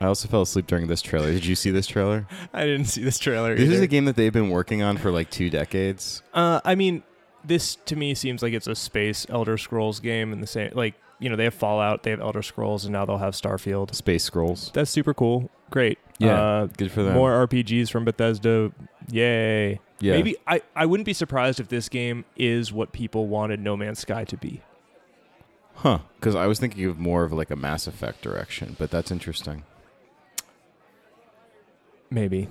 Speaker 2: I also fell asleep during this trailer. Did you see this trailer?
Speaker 1: I didn't see this trailer.
Speaker 2: This is
Speaker 1: either.
Speaker 2: a game that they've been working on for like two decades.
Speaker 1: Uh, I mean, this to me seems like it's a space Elder Scrolls game in the same like you know they have Fallout, they have Elder Scrolls, and now they'll have Starfield.
Speaker 2: Space Scrolls.
Speaker 1: That's super cool. Great.
Speaker 2: Yeah, Good for
Speaker 1: Uh,
Speaker 2: them.
Speaker 1: more RPGs from Bethesda. Yay.
Speaker 2: yeah.
Speaker 1: Maybe I, I wouldn't be surprised if this game is what people wanted No Man's Sky to be.
Speaker 2: Huh. Because I was thinking of more of like a Mass Effect direction, but that's interesting.
Speaker 1: Maybe.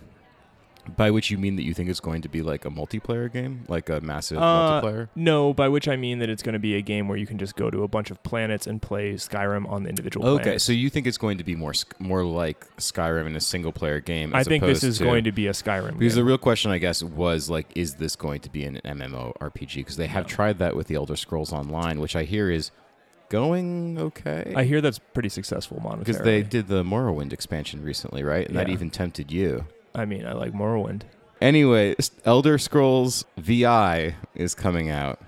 Speaker 2: By which you mean that you think it's going to be like a multiplayer game, like a massive
Speaker 1: Uh,
Speaker 2: multiplayer?
Speaker 1: No, by which I mean that it's going to be a game where you can just go to a bunch of planets and play Skyrim on the individual
Speaker 2: Okay,
Speaker 1: planets.
Speaker 2: so you think it's going to be more sc- more like Skyrim in a single player game?
Speaker 1: I
Speaker 2: as
Speaker 1: think this
Speaker 2: opposed
Speaker 1: is going to be a Skyrim
Speaker 2: Because
Speaker 1: game.
Speaker 2: the real question, I guess, was like, is this going to be an MMORPG? Because they have tried that with the Elder Scrolls Online, which I hear is going okay.
Speaker 1: I hear that's pretty successful monetarily.
Speaker 2: because they did the Morrowind expansion recently, right? And that
Speaker 1: Yeah.
Speaker 2: even tempted you.
Speaker 1: I mean, I like Morrowind.
Speaker 2: Anyway, Elder Scrolls VI is coming out.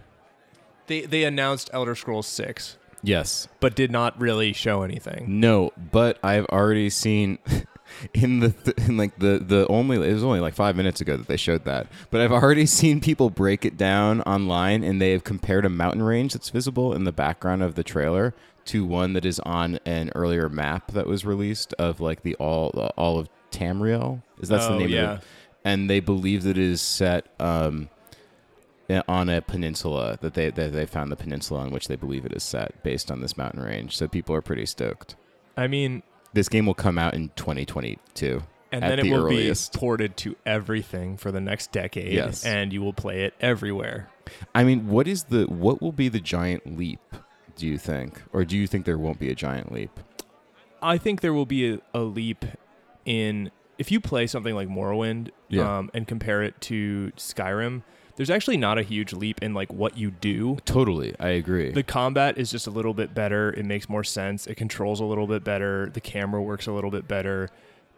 Speaker 1: They they announced Elder Scrolls Six,
Speaker 2: Yes.
Speaker 1: but did not really show anything.
Speaker 2: No, but I've already seen in the th- in like the the only it was only like 5 minutes ago that they showed that. But I've already seen people break it down online and they have compared a mountain range that's visible in the background of the trailer to one that is on an earlier map that was released of like the all the all of Tamriel. Is that's the
Speaker 1: Oh,
Speaker 2: name
Speaker 1: yeah.
Speaker 2: of it? And they believe that it is set um uh, on a peninsula that they that they found the peninsula on which they believe it is set based on this mountain range. So people are pretty stoked.
Speaker 1: I mean,
Speaker 2: This game will come out in 2022.
Speaker 1: and
Speaker 2: At
Speaker 1: then it
Speaker 2: the
Speaker 1: will
Speaker 2: earliest.
Speaker 1: be ported to everything for the next decade,
Speaker 2: Yes.
Speaker 1: and you will play it everywhere.
Speaker 2: I mean, what is the what will be the giant leap? Do you think, or do you think there won't be a giant leap?
Speaker 1: I think there will be a, a leap in if you play something like Morrowind
Speaker 2: Yeah.
Speaker 1: um, and compare it to Skyrim. There's actually not a huge leap in like what you do.
Speaker 2: Totally, I agree.
Speaker 1: The combat is just a little bit better. It makes more sense. It controls a little bit better. The camera works a little bit better,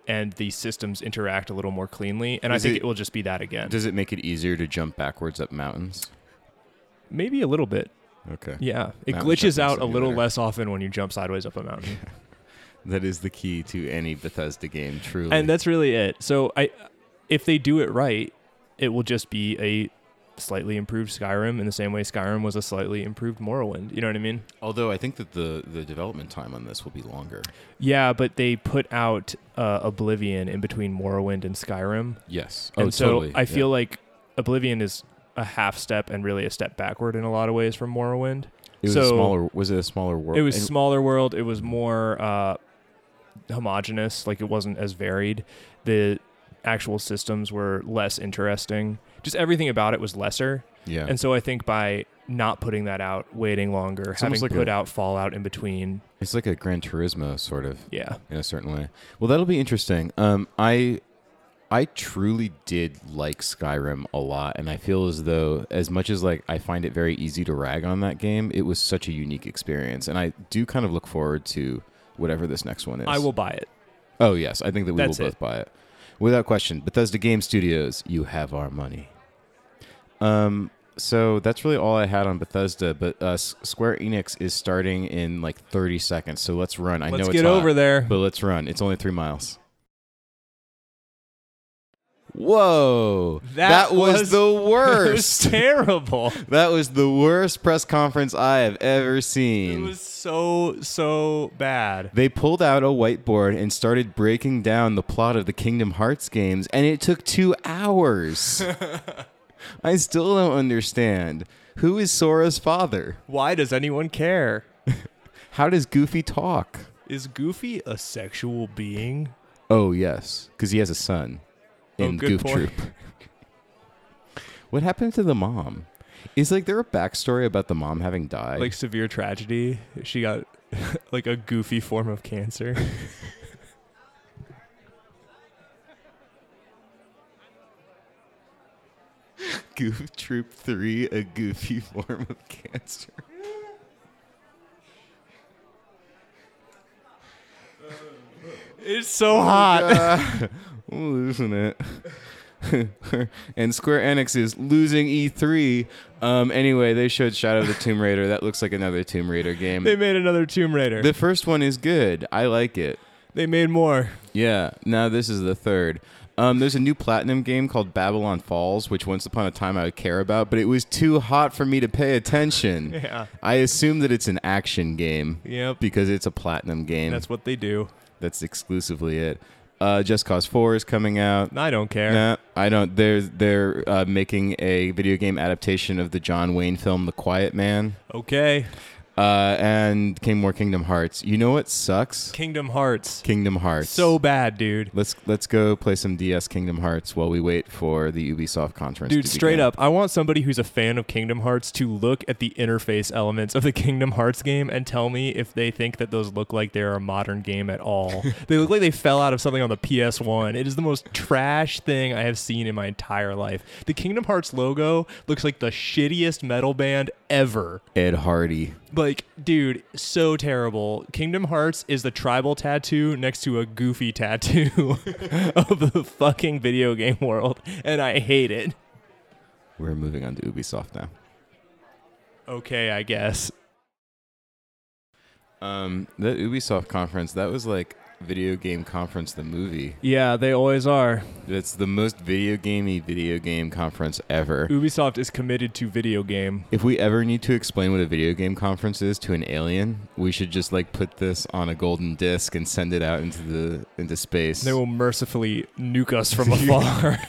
Speaker 1: and the systems interact a little more cleanly. And I
Speaker 2: Is
Speaker 1: think
Speaker 2: it-
Speaker 1: it, will just be that again.
Speaker 2: Does it make it easier to jump backwards up mountains?
Speaker 1: Maybe a little bit.
Speaker 2: Okay,
Speaker 1: Yeah, it
Speaker 2: Mountain
Speaker 1: glitches
Speaker 2: jumping's
Speaker 1: out a little
Speaker 2: simulator.
Speaker 1: less often when you jump sideways up a mountain.
Speaker 2: that is the key to any Bethesda game. Truly,
Speaker 1: and that's really it. So I, if they do it right, it will just be a slightly improved Skyrim in the same way Skyrim was a slightly improved Morrowind. You know what I mean?
Speaker 2: although I think that the the development time on this will be longer.
Speaker 1: Yeah, but they put out uh, Oblivion in between Morrowind and Skyrim,
Speaker 2: Yes. oh,
Speaker 1: and so
Speaker 2: totally.
Speaker 1: I feel like Oblivion is a half step and really a step backward in a lot of ways from Morrowind.
Speaker 2: it was a
Speaker 1: so-
Speaker 2: smaller. Was it a smaller world?
Speaker 1: It was smaller world. It was more uh, homogenous. Like it wasn't as varied. The actual systems were less interesting. Just everything about it was lesser.
Speaker 2: yeah.
Speaker 1: And so I think by not putting that out, waiting longer,
Speaker 2: It's
Speaker 1: having
Speaker 2: almost like
Speaker 1: put
Speaker 2: a-
Speaker 1: out Fallout in between,
Speaker 2: it's like a Gran Turismo sort of.
Speaker 1: yeah,
Speaker 2: in a certain way. Well, that'll be interesting. Um, I I truly did like Skyrim a lot, and I feel as though, as much as like I find it very easy to rag on that game, it was such a unique experience, and I do kind of look forward to whatever this next one is.
Speaker 1: I will buy it.
Speaker 2: Oh yes, I think that we
Speaker 1: That's
Speaker 2: will
Speaker 1: it.
Speaker 2: both buy it without question. Bethesda Game Studios, you have our money. Um. So that's really all I had on Bethesda, but uh, S- Square Enix is starting in like 30 seconds. So let's run. I know
Speaker 1: Let's
Speaker 2: it's
Speaker 1: get
Speaker 2: hot.
Speaker 1: over there.
Speaker 2: But let's run. It's only three miles. Whoa.
Speaker 1: That was-
Speaker 2: the
Speaker 1: it was
Speaker 2: worst.
Speaker 1: terrible.
Speaker 2: that was the worst press conference I have ever
Speaker 1: it
Speaker 2: seen.
Speaker 1: was so so bad.
Speaker 2: They pulled out a whiteboard and started breaking down the plot of the Kingdom Hearts games, and it took two hours. I still don't understand. Who is Sora's father?
Speaker 1: Why does anyone care?
Speaker 2: How does Goofy talk?
Speaker 1: Is Goofy a sexual being?
Speaker 2: Oh yes, because he has a son
Speaker 1: Oh,
Speaker 2: in
Speaker 1: good
Speaker 2: Goof
Speaker 1: point.
Speaker 2: Troop. what happened to the mom? Is like there a backstory about the mom having died?
Speaker 1: like severe tragedy. She got like a goofy form of cancer.
Speaker 2: Goof Troop Three, a goofy form of cancer.
Speaker 1: It's so hot.
Speaker 2: Uh, I'm losing it. and Square Enix is losing E3. Um, anyway, they showed Shadow of the Tomb Raider. That looks like another Tomb Raider game.
Speaker 1: They made another Tomb Raider.
Speaker 2: the first one is good. I like it.
Speaker 1: they made more.
Speaker 2: Yeah. Now this is the third. Um, there's a new platinum game called Babylon Falls, which once upon a time I would care about, but it was too hot for me to pay attention.
Speaker 1: Yeah.
Speaker 2: I assume that it's an action game
Speaker 1: Yep.
Speaker 2: because it's a platinum game.
Speaker 1: That's what they do.
Speaker 2: That's exclusively it. Uh, Just Cause 4 is coming out.
Speaker 1: I don't care.
Speaker 2: Nah, I don't. They're they're uh, making a video game adaptation of the John Wayne film The Quiet Man,
Speaker 1: Okay.
Speaker 2: uh, and came more Kingdom Hearts. You know what sucks?
Speaker 1: Kingdom Hearts.
Speaker 2: Kingdom Hearts.
Speaker 1: So bad, dude.
Speaker 2: Let's let's go play some DS Kingdom Hearts while we wait for the Ubisoft conference.
Speaker 1: Dude,
Speaker 2: to
Speaker 1: straight
Speaker 2: begin.
Speaker 1: up, I want somebody who's a fan of Kingdom Hearts to look at the interface elements of the Kingdom Hearts game and tell me if they think that those look like they're a modern game at all. they look like they fell out of something on the PS1. It is the most trash thing I have seen in my entire life. The Kingdom Hearts logo looks like the shittiest metal band ever.
Speaker 2: Ed Hardy.
Speaker 1: Like, dude, so terrible. Kingdom Hearts is the tribal tattoo next to a goofy tattoo of the fucking video game world, and I hate it.
Speaker 2: We're moving on to Ubisoft now.
Speaker 1: Okay, I guess.
Speaker 2: Um, the Ubisoft conference that was like video game conference the movie.
Speaker 1: Yeah, they always are.
Speaker 2: It's the most video gamey video game conference ever.
Speaker 1: Ubisoft is committed to video game.
Speaker 2: If we ever need to explain what a video game conference is to an alien, we should just like put this on a golden disc and send it out into the into space.
Speaker 1: They will mercifully nuke us from afar.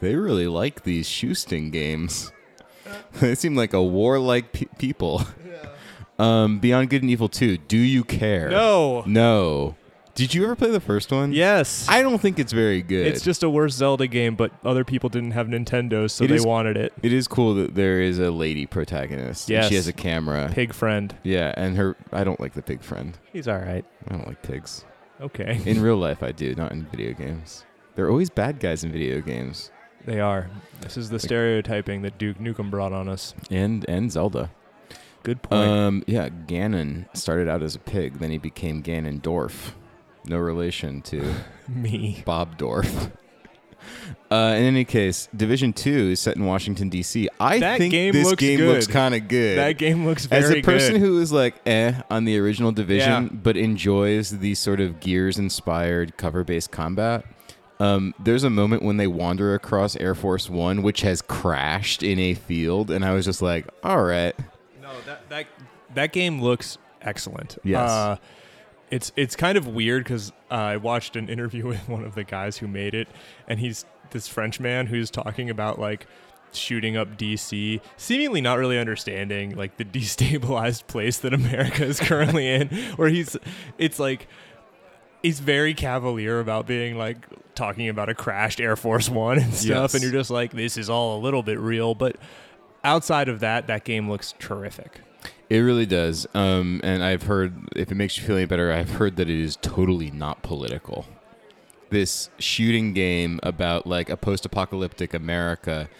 Speaker 2: they really like these shoesting games. they seem like a warlike pe- people. Um, Beyond Good and Evil 2, do you care?
Speaker 1: no.
Speaker 2: No. Did you ever play the first one?
Speaker 1: Yes.
Speaker 2: I don't think it's very good.
Speaker 1: it's just a worse Zelda game, but other people didn't have Nintendo, so
Speaker 2: It
Speaker 1: they
Speaker 2: is-
Speaker 1: wanted it.
Speaker 2: It is cool that there is a lady protagonist. and
Speaker 1: Yes.
Speaker 2: She has a camera.
Speaker 1: Pig friend.
Speaker 2: Yeah, and her I don't like the pig friend.
Speaker 1: He's all right.
Speaker 2: I don't like pigs.
Speaker 1: Okay.
Speaker 2: In real life I do, not in video games. They're always bad guys in video games.
Speaker 1: They are. This is the stereotyping that Duke Nukem brought on us.
Speaker 2: And and Zelda.
Speaker 1: Good point.
Speaker 2: Um yeah, Ganon started out as a pig, then he became Ganondorf. No relation to
Speaker 1: Me.
Speaker 2: Bob Dorf. Uh, in any case, Division Two is set in Washington D.C. I
Speaker 1: That
Speaker 2: think
Speaker 1: game
Speaker 2: this
Speaker 1: looks
Speaker 2: game
Speaker 1: good.
Speaker 2: looks kind of good.
Speaker 1: That game looks very
Speaker 2: As a person
Speaker 1: good.
Speaker 2: who is like eh on the original Division,
Speaker 1: Yeah.
Speaker 2: but enjoys the sort of Gears inspired cover based combat, um, there's a moment when they wander across Air Force One, which has crashed in a field, and I was just like, all right.
Speaker 1: no, that that that game looks excellent.
Speaker 2: Yes.
Speaker 1: Uh, it's it's kind of weird because uh, I watched an interview with one of the guys who made it, and he's this French man who's talking about like shooting up DC, seemingly not really understanding like the destabilized place that America is currently in, where he's it's like he's very cavalier about being like talking about a crashed Air Force One and stuff,
Speaker 2: Yes.
Speaker 1: and you're just like, this is all a little bit real, but outside of that, that game looks terrific.
Speaker 2: It really does. Um, and I've heard, if it makes you feel any better, I've heard that it is totally not political. This shooting game about like a post apocalyptic America,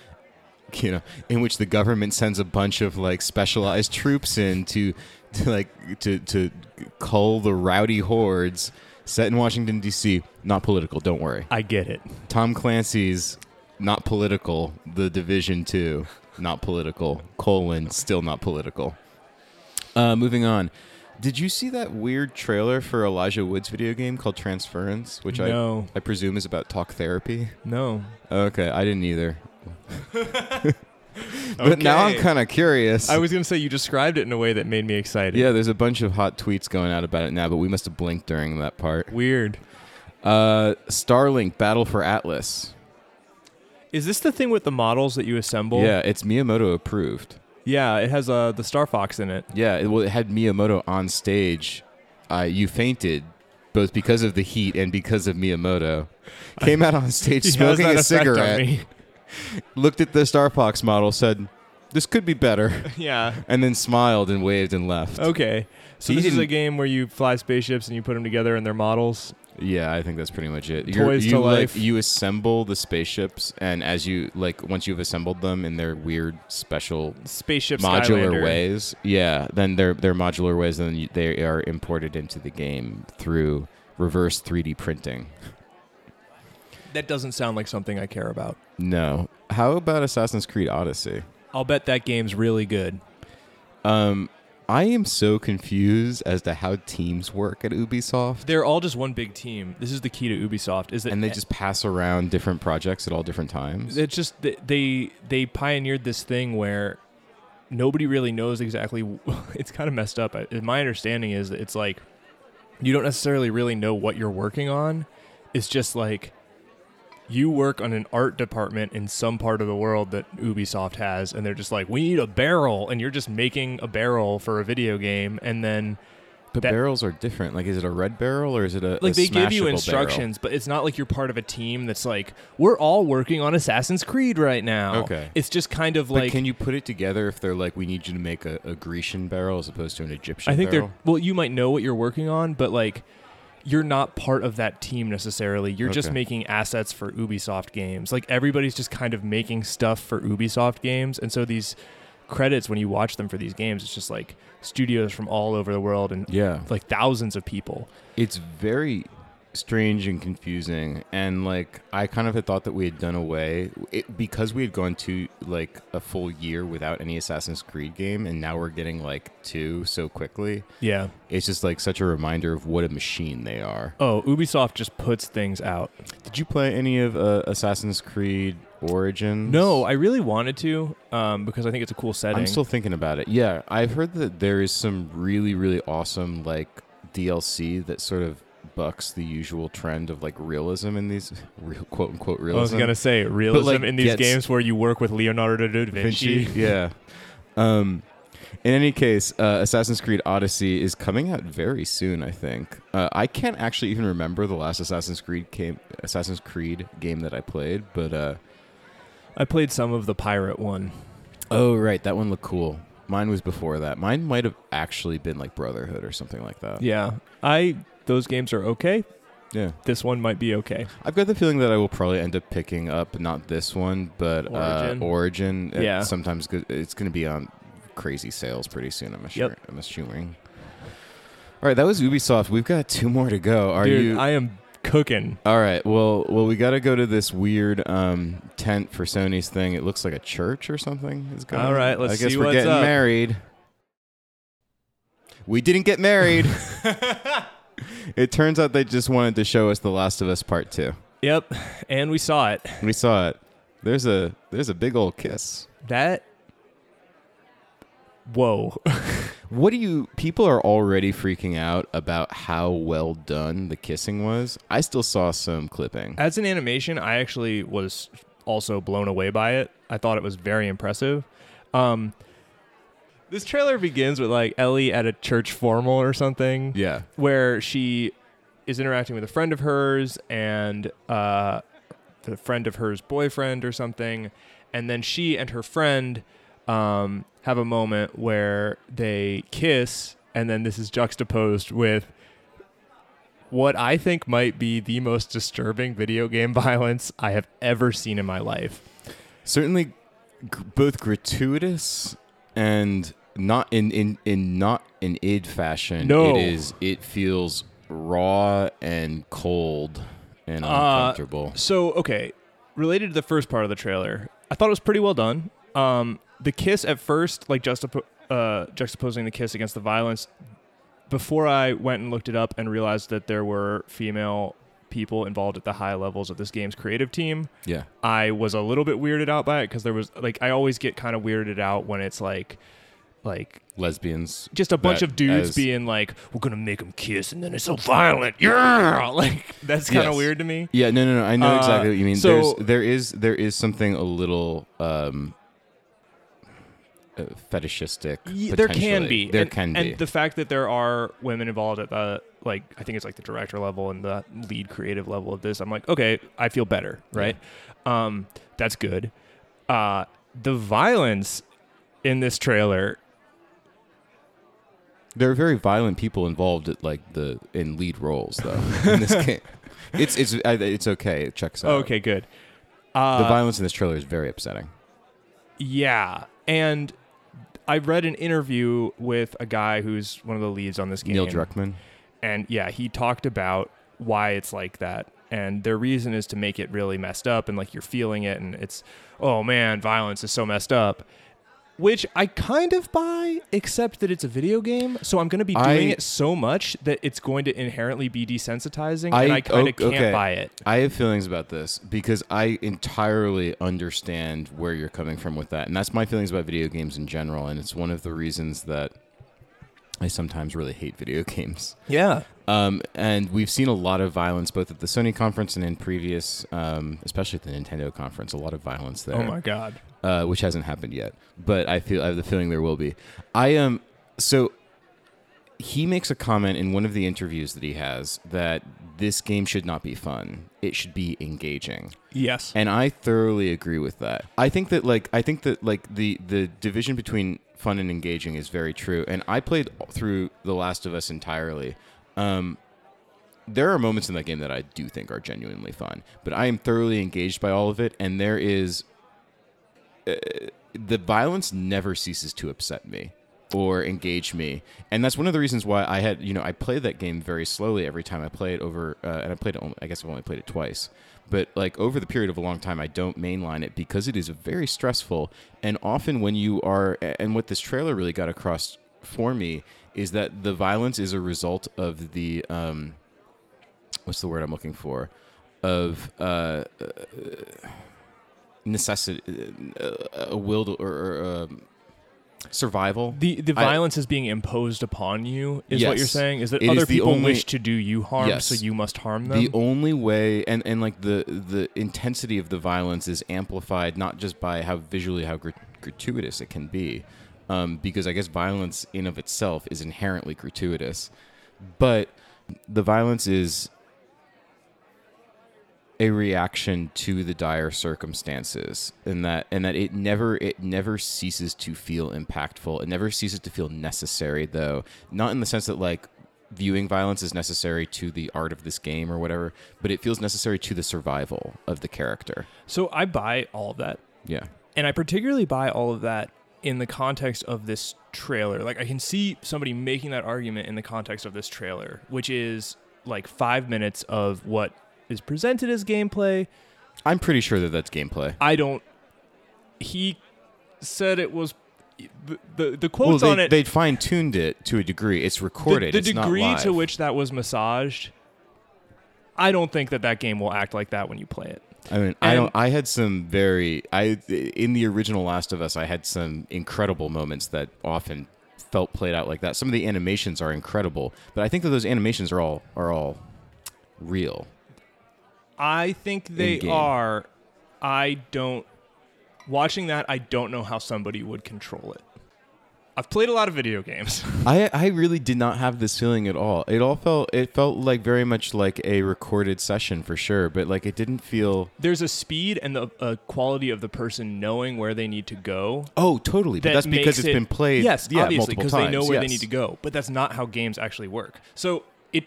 Speaker 2: you know, in which the government sends a bunch of like specialized troops in to, to like, to, to cull the rowdy hordes set in Washington, D.C. Not political, don't worry.
Speaker 1: I get it.
Speaker 2: Tom Clancy's not political. The Division Two, not political. Colon, still not political. Uh, moving on. Did you see that weird trailer for Elijah Wood's video game called Transference, which
Speaker 1: No.
Speaker 2: I I presume is about talk therapy?
Speaker 1: No.
Speaker 2: Okay, I didn't either. But now I'm kind of curious.
Speaker 1: I was gonna say you described it in a way that made me excited.
Speaker 2: yeah, there's a bunch of hot tweets going out about it now, but we must have blinked during that part.
Speaker 1: Weird.
Speaker 2: Uh, Starlink Battle for Atlas.
Speaker 1: Is this the thing with the models that you assemble?
Speaker 2: Yeah, it's Miyamoto approved.
Speaker 1: Yeah. It has uh, the Star Fox in it.
Speaker 2: Yeah, it, well, it had Miyamoto on stage. Uh, you fainted, both because of the heat and because of Miyamoto. Came out on stage
Speaker 1: He has
Speaker 2: smoking
Speaker 1: that
Speaker 2: a
Speaker 1: effect on
Speaker 2: cigarette,
Speaker 1: me.
Speaker 2: looked at the Star Fox model, said, "This could be better,"
Speaker 1: yeah.
Speaker 2: and then smiled and waved and left.
Speaker 1: Okay. So
Speaker 2: He
Speaker 1: this is a
Speaker 2: didn't-
Speaker 1: game where you fly spaceships and you put them together and they're models.
Speaker 2: Yeah, I think that's pretty much it.
Speaker 1: Toys
Speaker 2: you
Speaker 1: to
Speaker 2: like,
Speaker 1: life.
Speaker 2: You assemble the spaceships, and as you like, once you've assembled them in their weird special
Speaker 1: Spaceship
Speaker 2: modular
Speaker 1: Skylander.
Speaker 2: ways. Yeah, then they're they're modular ways. Then you, they are imported into the game through reverse 3D printing.
Speaker 1: That doesn't sound like something I care about.
Speaker 2: No. How about Assassin's Creed Odyssey?
Speaker 1: I'll bet that game's really good.
Speaker 2: Um, I am so confused as to how teams work at Ubisoft,
Speaker 1: They're all just one big team. This is the key to Ubisoft. Is that
Speaker 2: and they just pass around different projects at all different times.
Speaker 1: it's just th- they they pioneered this thing where nobody really knows exactly it's kind of messed up I- my understanding is that it's like you don't necessarily really know what you're working on it's just like you work on an art department in some part of the world that Ubisoft has and they're just like we need a barrel and you're just making a barrel for a video game and then
Speaker 2: but
Speaker 1: that-
Speaker 2: barrels are different. Like, is it a red barrel or is it a
Speaker 1: like
Speaker 2: a
Speaker 1: they give you
Speaker 2: smashable
Speaker 1: instructions, but it's not like you're part of a team that's like we're all working on Assassin's Creed right now.
Speaker 2: Okay.
Speaker 1: it's just kind of
Speaker 2: Barrel?
Speaker 1: like
Speaker 2: but can you put it together if they're like, we need you to make a, a Grecian barrel as opposed to an Egyptian?
Speaker 1: I think
Speaker 2: barrel?
Speaker 1: they're well. You might know what you're working on, but like you're not part of that team necessarily. You're just
Speaker 2: Okay.
Speaker 1: making assets for Ubisoft games. Like everybody's just kind of making stuff for Ubisoft games, and so these credits when you watch them for these games, it's just like studios from all over the world and
Speaker 2: Yeah.
Speaker 1: like thousands of people.
Speaker 2: It's very strange and confusing and like I kind of had thought that we had done away it, because we had gone to like a full year without any Assassin's Creed game and now we're getting like two so quickly.
Speaker 1: Yeah.
Speaker 2: It's just like such a reminder of what a machine they are.
Speaker 1: Oh, Ubisoft just puts things out.
Speaker 2: Did you play any of uh, Assassin's Creed Origins?
Speaker 1: No, I really wanted to um, because I think it's a cool setting.
Speaker 2: I'm still thinking about it. Yeah, I've heard that there is some really, really awesome like DLC that sort of bucks the usual trend of like realism in these real quote unquote
Speaker 1: I
Speaker 2: realism.
Speaker 1: was gonna say realism
Speaker 2: like,
Speaker 1: in these
Speaker 2: gets-
Speaker 1: games where you work with Leonardo da Vinci.
Speaker 2: yeah. Um, in any case, uh, Assassin's Creed Odyssey is coming out very soon. I think uh, I can't actually even remember the last Assassin's Creed game, Assassin's Creed game that I played, but uh,
Speaker 1: I played some of the pirate one.
Speaker 2: oh right, that one looked cool. Mine was before that. Mine might have actually been like Brotherhood or something like that.
Speaker 1: Yeah, I those games are okay.
Speaker 2: yeah.
Speaker 1: This one might be okay.
Speaker 2: I've got the feeling that I will probably end up picking up not this one, but
Speaker 1: Origin.
Speaker 2: Origin. Uh, Origin. It
Speaker 1: Yeah.
Speaker 2: Sometimes go- it's going to be on crazy sales pretty soon. I'm assuming. I'm assuming. All right, that was Ubisoft. We've got two more to go. Are
Speaker 1: Dude,
Speaker 2: you?
Speaker 1: I am cooking.
Speaker 2: All right. Well, well, we got to go to this weird um, tent for Sony's thing. It looks like a church or something. Is going
Speaker 1: All
Speaker 2: on.
Speaker 1: right, let's
Speaker 2: I guess
Speaker 1: see
Speaker 2: we're
Speaker 1: what's
Speaker 2: getting
Speaker 1: up.
Speaker 2: married. We didn't get married. it turns out they just wanted to show us The Last of Us Part Two.
Speaker 1: Yep, and we saw it.
Speaker 2: We saw it. There's a there's a big old kiss.
Speaker 1: That. Whoa.
Speaker 2: What do you people are already freaking out about how well done the kissing was? I still saw some clipping.
Speaker 1: As an animation, I actually was also blown away by it. I thought it was very impressive. Um, this trailer begins with like Ellie at a church formal or something.
Speaker 2: Yeah.
Speaker 1: where she is interacting with a friend of hers and uh, the friend of hers boyfriend or something and then she and her friend um, have a moment where they kiss and then this is juxtaposed with what I think might be the most disturbing video game violence I have ever seen in my life.
Speaker 2: Certainly g- both gratuitous and not in in in not in id fashion.
Speaker 1: No.
Speaker 2: It is it feels raw and cold and
Speaker 1: Uh,
Speaker 2: uncomfortable.
Speaker 1: So, okay, related to the first part of the trailer, I thought it was pretty well done. Um, the kiss at first, like juxtap- uh, juxtaposing the kiss against the violence, before I went and looked it up and realized that there were female people involved at the high levels of this game's creative team,
Speaker 2: yeah.
Speaker 1: I was a little bit weirded out by it because there was, like, I always get kind of weirded out when it's like, like
Speaker 2: Lesbians.
Speaker 1: just a bunch
Speaker 2: that
Speaker 1: of dudes
Speaker 2: as-
Speaker 1: being like, "We're gonna make them kiss," and then it's so violent. Yeah, like that's kind of
Speaker 2: Yes.
Speaker 1: weird to me.
Speaker 2: Yeah, no, no, no. I know
Speaker 1: Uh,
Speaker 2: exactly what you mean.
Speaker 1: so-
Speaker 2: There's, there is there is something a little um, uh, fetishistic.
Speaker 1: Ye- there can
Speaker 2: potentially.
Speaker 1: be
Speaker 2: There
Speaker 1: and,
Speaker 2: can
Speaker 1: and
Speaker 2: be.
Speaker 1: the fact that there are women involved at the like i think it's like the director level and the lead creative level of this i'm like okay i feel better right um that's good uh the violence in this trailer
Speaker 2: there are very violent people involved at like the in lead roles though. in this game, it's it's I- it's okay. It checks out.
Speaker 1: okay good
Speaker 2: The
Speaker 1: uh
Speaker 2: violence in this trailer is very upsetting.
Speaker 1: yeah and i read an interview with a guy who's one of the leads on this game
Speaker 2: Neil Druckmann.
Speaker 1: And yeah, he talked about why it's like that. And their reason is to make it really messed up and like you're feeling it and it's, oh man, violence is so messed up. Which I kind of buy, except that it's a video game. So I'm going to be doing
Speaker 2: I-
Speaker 1: it so much that it's going to inherently be desensitizing. and I kind of
Speaker 2: o-
Speaker 1: can't
Speaker 2: okay.
Speaker 1: buy it.
Speaker 2: I have feelings about this because I entirely understand where you're coming from with that, and that's my feelings about video games in general, and it's one of the reasons that I sometimes really hate video games.
Speaker 1: Yeah.
Speaker 2: Um, and we've seen a lot of violence both at the Sony conference and in previous, um, especially at the Nintendo conference, a lot of violence there
Speaker 1: Oh my God.
Speaker 2: uh, which hasn't happened yet, but I feel I have the feeling there will be. I am so. He makes a comment in one of the interviews that he has that this game should not be fun; it should be engaging,
Speaker 1: Yes.
Speaker 2: and I thoroughly agree with that. I think that like I think that like the the division between fun and engaging is very true, and I played through The Last of Us entirely. Um, there are moments in that game that I do think are genuinely fun, but I am thoroughly engaged by all of it, and there is the violence never ceases to upset me or engage me and that's one of the reasons why i had you know i play that game very slowly every time i play it over uh, and i played it only i guess i've only played it twice but like over the period of a long time i don't mainline it because it is very stressful and often when you are and what this trailer really got across for me is that the violence is a result of the um what's the word i'm looking for of uh necessity, uh, a will to, or, or um, survival.
Speaker 1: The the
Speaker 2: I-
Speaker 1: violence is being imposed upon you is what you're
Speaker 2: Yes.
Speaker 1: saying. Is that
Speaker 2: It
Speaker 1: other
Speaker 2: is the
Speaker 1: people
Speaker 2: only-
Speaker 1: wish to do you harm,
Speaker 2: Yes.
Speaker 1: so you must harm them.
Speaker 2: the only way, and, and like the the intensity of the violence is amplified not just by how visually how grat- gratuitous it can be, um, because I guess violence in of itself is inherently gratuitous, but the violence is a reaction to the dire circumstances and that and that it never it never ceases to feel impactful it never ceases to feel necessary though not in the sense that like viewing violence is necessary to the art of this game or whatever but it feels necessary to the survival of the character
Speaker 1: so I buy all of that.
Speaker 2: yeah
Speaker 1: And I particularly buy all of that in the context of this trailer. Like I can see somebody making that argument in the context of this trailer, which is like 5 minutes of what is presented as gameplay.
Speaker 2: i'm pretty sure that that's gameplay
Speaker 1: I don't he said it was the the, the quotes
Speaker 2: they,
Speaker 1: on it
Speaker 2: they fine-tuned it to a degree it's recorded
Speaker 1: The,
Speaker 2: it's
Speaker 1: the
Speaker 2: not
Speaker 1: degree to
Speaker 2: live.
Speaker 1: which that was massaged, I don't think that that game will act like that when you play it.
Speaker 2: I mean, I
Speaker 1: And-
Speaker 2: don't. I had some very. I in the original Last of Us, I had some incredible moments that often felt played out like that. Some of the animations are incredible, but I think that those animations are all are all real.
Speaker 1: I think they
Speaker 2: In-game.
Speaker 1: are. I don't. Watching that, I don't know how somebody would control it. I've played a lot of video games.
Speaker 2: I I really did not have this feeling at all. It all felt it felt like very much like a recorded session for sure, but like it didn't feel.
Speaker 1: There's a speed and the uh, quality of the person knowing where they need to go.
Speaker 2: Oh, totally. But
Speaker 1: That
Speaker 2: that's because
Speaker 1: makes
Speaker 2: it's
Speaker 1: it-
Speaker 2: been played.
Speaker 1: Yes,
Speaker 2: yeah,
Speaker 1: obviously,
Speaker 2: multiple
Speaker 1: because
Speaker 2: times.
Speaker 1: they know where they
Speaker 2: yes.
Speaker 1: need to go. But that's not how games actually work. So it,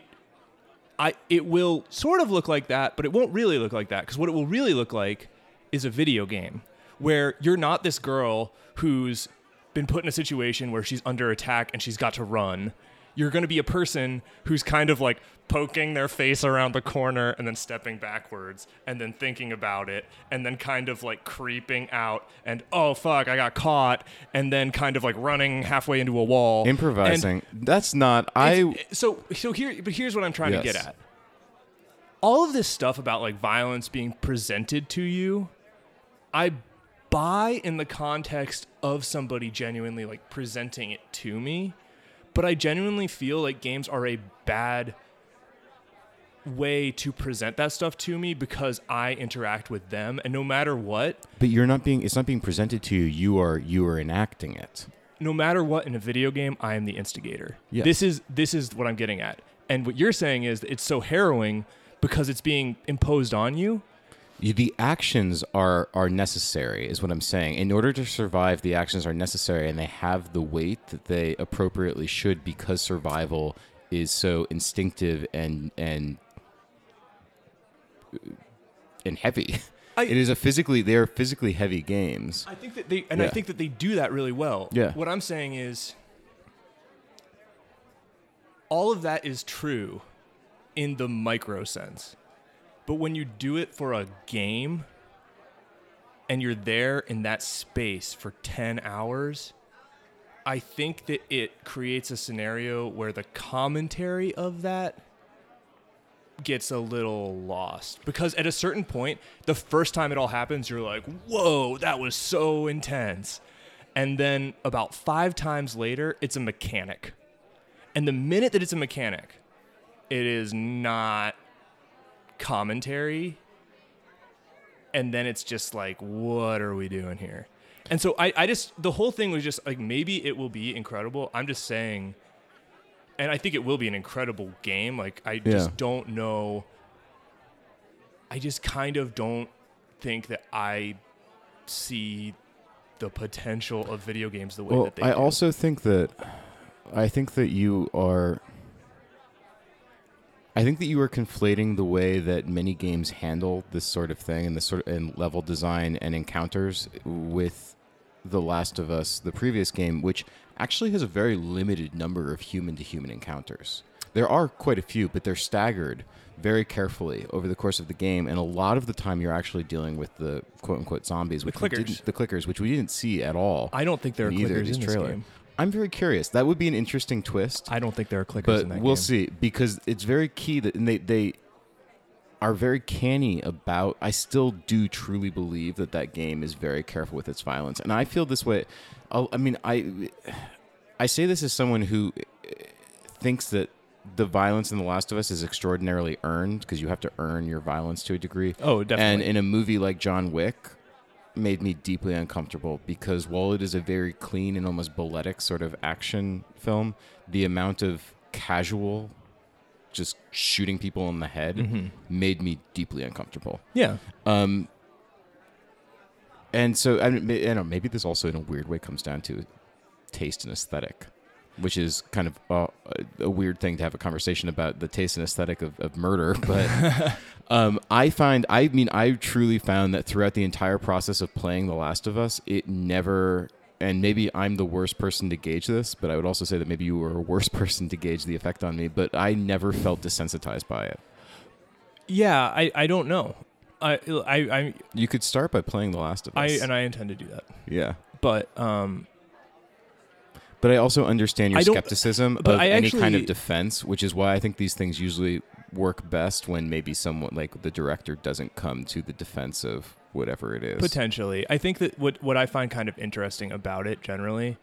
Speaker 1: I, it will sort of look like that, but it won't really look like that because what it will really look like is a video game where you're not this girl who's been put in a situation where she's under attack and she's got to run. You're going to be a person who's kind of like poking their face around the corner and then stepping backwards and then thinking about it and then kind of like creeping out and oh fuck, I got caught and then kind of like running halfway into a wall. And
Speaker 2: Improvising. that's not. I
Speaker 1: so so here but here's what I'm trying to
Speaker 2: Yes.
Speaker 1: get at. All of this stuff about like violence being presented to you, I buy in the context of somebody genuinely like presenting it to me, but I genuinely feel like games are a bad way to present that stuff to me because I interact with them and no matter what,
Speaker 2: But you're not being. It's not being presented to you. You are. You are enacting it.
Speaker 1: no matter what in a video game, I am the instigator.
Speaker 2: Yes.
Speaker 1: This is this is what I'm getting at. And what you're saying is that it's so harrowing because it's being imposed on you.
Speaker 2: You, the actions are are necessary, is what I'm saying. In order to survive, the actions are necessary, and they have the weight that they appropriately should, because survival is so instinctive and and and heavy.
Speaker 1: I-
Speaker 2: it is a physically. They are physically heavy games.
Speaker 1: I think that they and I
Speaker 2: Yeah.
Speaker 1: think that they do that really well.
Speaker 2: Yeah.
Speaker 1: What I'm saying is all of that is true in the micro sense. But when you do it for a game and you're there in that space for 10 hours, I think that it creates a scenario where the commentary of that gets a little lost because at a certain point, the first time it all happens, you're like, whoa, that was so intense. And then about five times later, it's a mechanic. And the minute that it's a mechanic, it is not commentary. And then it's just like, what are we doing here? And so I, I just, the whole thing was just like, maybe it will be incredible. I'm just saying, and I think it will be an incredible game. Like, I
Speaker 2: Yeah.
Speaker 1: just don't know. I just kind of don't think that I see the potential of video games the way
Speaker 2: Well,
Speaker 1: that they
Speaker 2: I
Speaker 1: do.
Speaker 2: also think that I think that you are I think that you are conflating the way that many games handle this sort of thing and this sort of and level design and encounters with The Last of Us, the previous game, which actually has a very limited number of human to human encounters. There are quite a few, but they're staggered very carefully over the course of the game, and a lot of the time you're actually dealing with the quote unquote zombies, which we
Speaker 1: clickers.
Speaker 2: didn't, the clickers, which we didn't see at all.
Speaker 1: I don't think there are
Speaker 2: in either of
Speaker 1: clickers
Speaker 2: these
Speaker 1: in this
Speaker 2: trailer.
Speaker 1: game.
Speaker 2: I'm very curious. That would be an interesting twist
Speaker 1: I don't think there are clickers
Speaker 2: but
Speaker 1: in that
Speaker 2: we'll
Speaker 1: game.
Speaker 2: see because it's very key that and they they are very canny about i still do truly believe that that game is very careful with its violence and i feel this way I'll, i mean i i say this as someone who eh, thinks that the violence in the last of us is extraordinarily earned because you have to earn your violence to a degree
Speaker 1: Oh, definitely.
Speaker 2: and in a movie like john wick made me deeply uncomfortable because while it is a very clean and almost balletic sort of action film, the amount of casual just shooting people in the head made me deeply uncomfortable.
Speaker 1: yeah.
Speaker 2: Um, and so I, mean, may- I don't know, maybe this also in a weird way comes down to taste and aesthetic, which is kind of uh, a, a weird thing to have a conversation about the taste and aesthetic of, of murder. But um, I find, I mean, I truly found that throughout the entire process of playing The Last of Us, it never. And maybe I'm the worst person to gauge this, but I would also say that maybe you were a worse person to gauge the effect on me. But I never felt desensitized by it.
Speaker 1: Yeah, I, I don't know. I, I, I,
Speaker 2: You could start by playing The Last of
Speaker 1: I,
Speaker 2: Us.
Speaker 1: and I intend to do that.
Speaker 2: yeah.
Speaker 1: But, um,
Speaker 2: But I also understand your
Speaker 1: I don't-
Speaker 2: skepticism
Speaker 1: but
Speaker 2: of
Speaker 1: I
Speaker 2: any kind of
Speaker 1: actually-
Speaker 2: defense, which is why I think these things usually work best when maybe someone like the director doesn't come to the defense of whatever it is.
Speaker 1: Potentially. I think that what what I find kind of interesting about it generally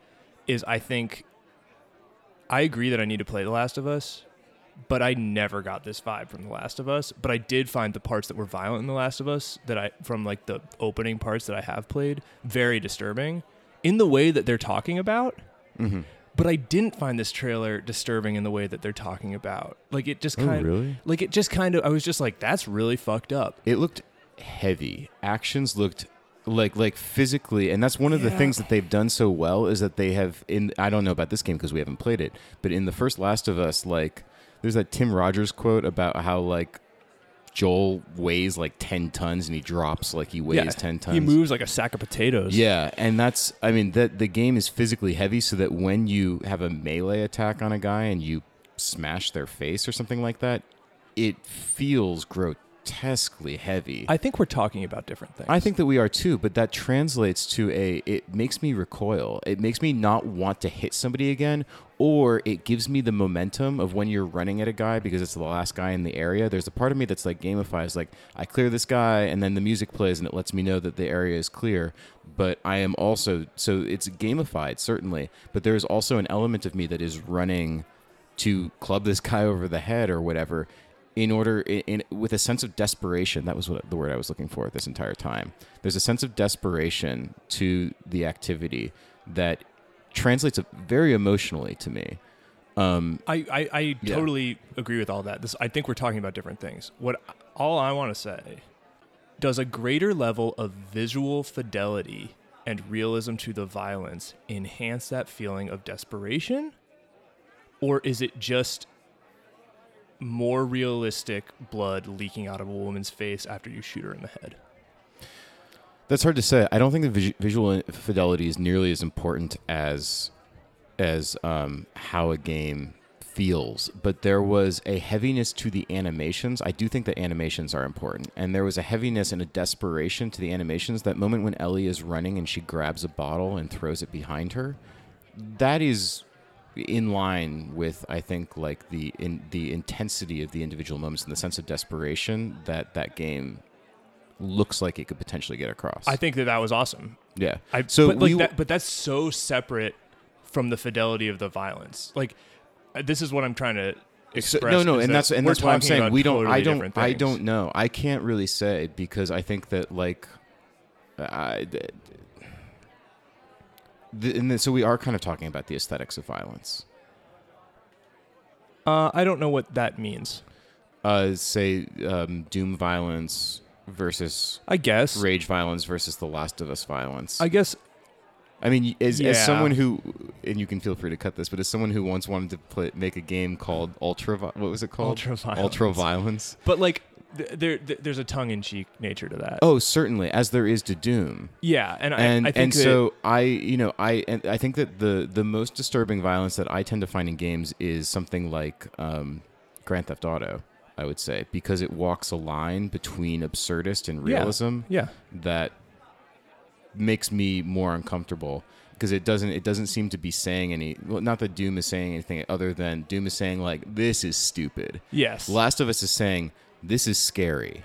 Speaker 1: is I think I agree that I need to play The Last of Us, but I never got this vibe from The Last of Us, but I did find the parts that were violent in The Last of Us that I from like the opening parts that I have played very disturbing in the way that they're talking about.
Speaker 2: Mm-hmm.
Speaker 1: But I didn't find this trailer disturbing in the way that they're talking about. Like it just
Speaker 2: Oh,
Speaker 1: kind
Speaker 2: really?
Speaker 1: like it just kind of I was just like that's really fucked up.
Speaker 2: It looked heavy. Actions looked like like physically, and that's one of the
Speaker 1: Yeah.
Speaker 2: things that they've done so well is that they have in I don't know about this game because we haven't played it, but in the first Last of Us, like there's that Tim Rogers quote about how like Joel weighs like ten tons and he drops like he weighs ten tons.
Speaker 1: He moves like a sack of potatoes.
Speaker 2: Yeah, and that's I mean that the game is physically heavy so that when you have a melee attack on a guy and you smash their face or something like that, it feels grotesquely heavy. I,
Speaker 1: I think we're talking about different things.
Speaker 2: think that we are too, but that translates to a it makes me recoil. It makes me not want to hit somebody again or it gives me the momentum of when you're running at a guy because it's the last guy in the area. There's a part of me that's like gamifies like I clear this guy and then the music plays and it lets me know that the area is clear, but I am also so it's gamified certainly, but there is also an element of me that is running to club this guy over the head or whatever in order in, in with a sense of desperation that was what the word i was looking for this entire time there's a sense of desperation to the activity that translates very emotionally to me
Speaker 1: I, I, I
Speaker 2: Yeah.
Speaker 1: totally agree with all that. This I think we're talking about different things. What all I want to say does a greater level of visual fidelity and realism to the violence enhance that feeling of desperation? Or is it just more realistic blood leaking out of a woman's face after you shoot her in the head?
Speaker 2: That's hard to say. I don't think the vis- visual fidelity is nearly as important as as um, how a game feels. But there was a heaviness to the animations. I do think that animations are important, and there was a heaviness and a desperation to the animations. That moment when Ellie is running and she grabs a bottle and throws it behind her, that is in line with I think like the in the intensity of the individual moments and the sense of desperation that that game looks like it could potentially get across.
Speaker 1: I think that that was awesome.
Speaker 2: Yeah.
Speaker 1: I,
Speaker 2: so
Speaker 1: but,
Speaker 2: we,
Speaker 1: like that, but that's so separate from the fidelity of the violence. Like, uh, this is what I'm trying to
Speaker 2: so-
Speaker 1: express.
Speaker 2: no, no,
Speaker 1: is
Speaker 2: and
Speaker 1: that
Speaker 2: that's and
Speaker 1: we're
Speaker 2: that's what I'm
Speaker 1: talking
Speaker 2: saying.
Speaker 1: about
Speaker 2: We don't.
Speaker 1: totally
Speaker 2: I don't.
Speaker 1: different
Speaker 2: I
Speaker 1: things.
Speaker 2: don't know. I can't really say because I think that like, I. th- th- and then, so we are kind of talking about the aesthetics of violence.
Speaker 1: Uh, I don't know what that means.
Speaker 2: Uh, say um, doom violence versus
Speaker 1: I guess.
Speaker 2: rage violence versus the Last of Us violence.
Speaker 1: I guess.
Speaker 2: I mean, as, as
Speaker 1: Yeah.
Speaker 2: someone who, and you can feel free to cut this, but as someone who once wanted to play, make a game called Ultra, Vi- what was it called?
Speaker 1: Ultraviolence.
Speaker 2: Ultra Violence.
Speaker 1: But like, th- there, th- there's a tongue-in-cheek nature to that.
Speaker 2: Oh, certainly, as there is to Doom.
Speaker 1: Yeah, and,
Speaker 2: and
Speaker 1: I, I think
Speaker 2: and
Speaker 1: that-
Speaker 2: so I you know I and I think that the the most disturbing violence that I tend to find in games is something like um, Grand Theft Auto. I would say because it walks a line between absurdist and
Speaker 1: Yeah.
Speaker 2: realism
Speaker 1: Yeah,
Speaker 2: that makes me more uncomfortable because it doesn't it doesn't seem to be saying any well not that Doom is saying anything other than Doom is saying like this is stupid.
Speaker 1: yes,
Speaker 2: Last of Us is saying this is scary.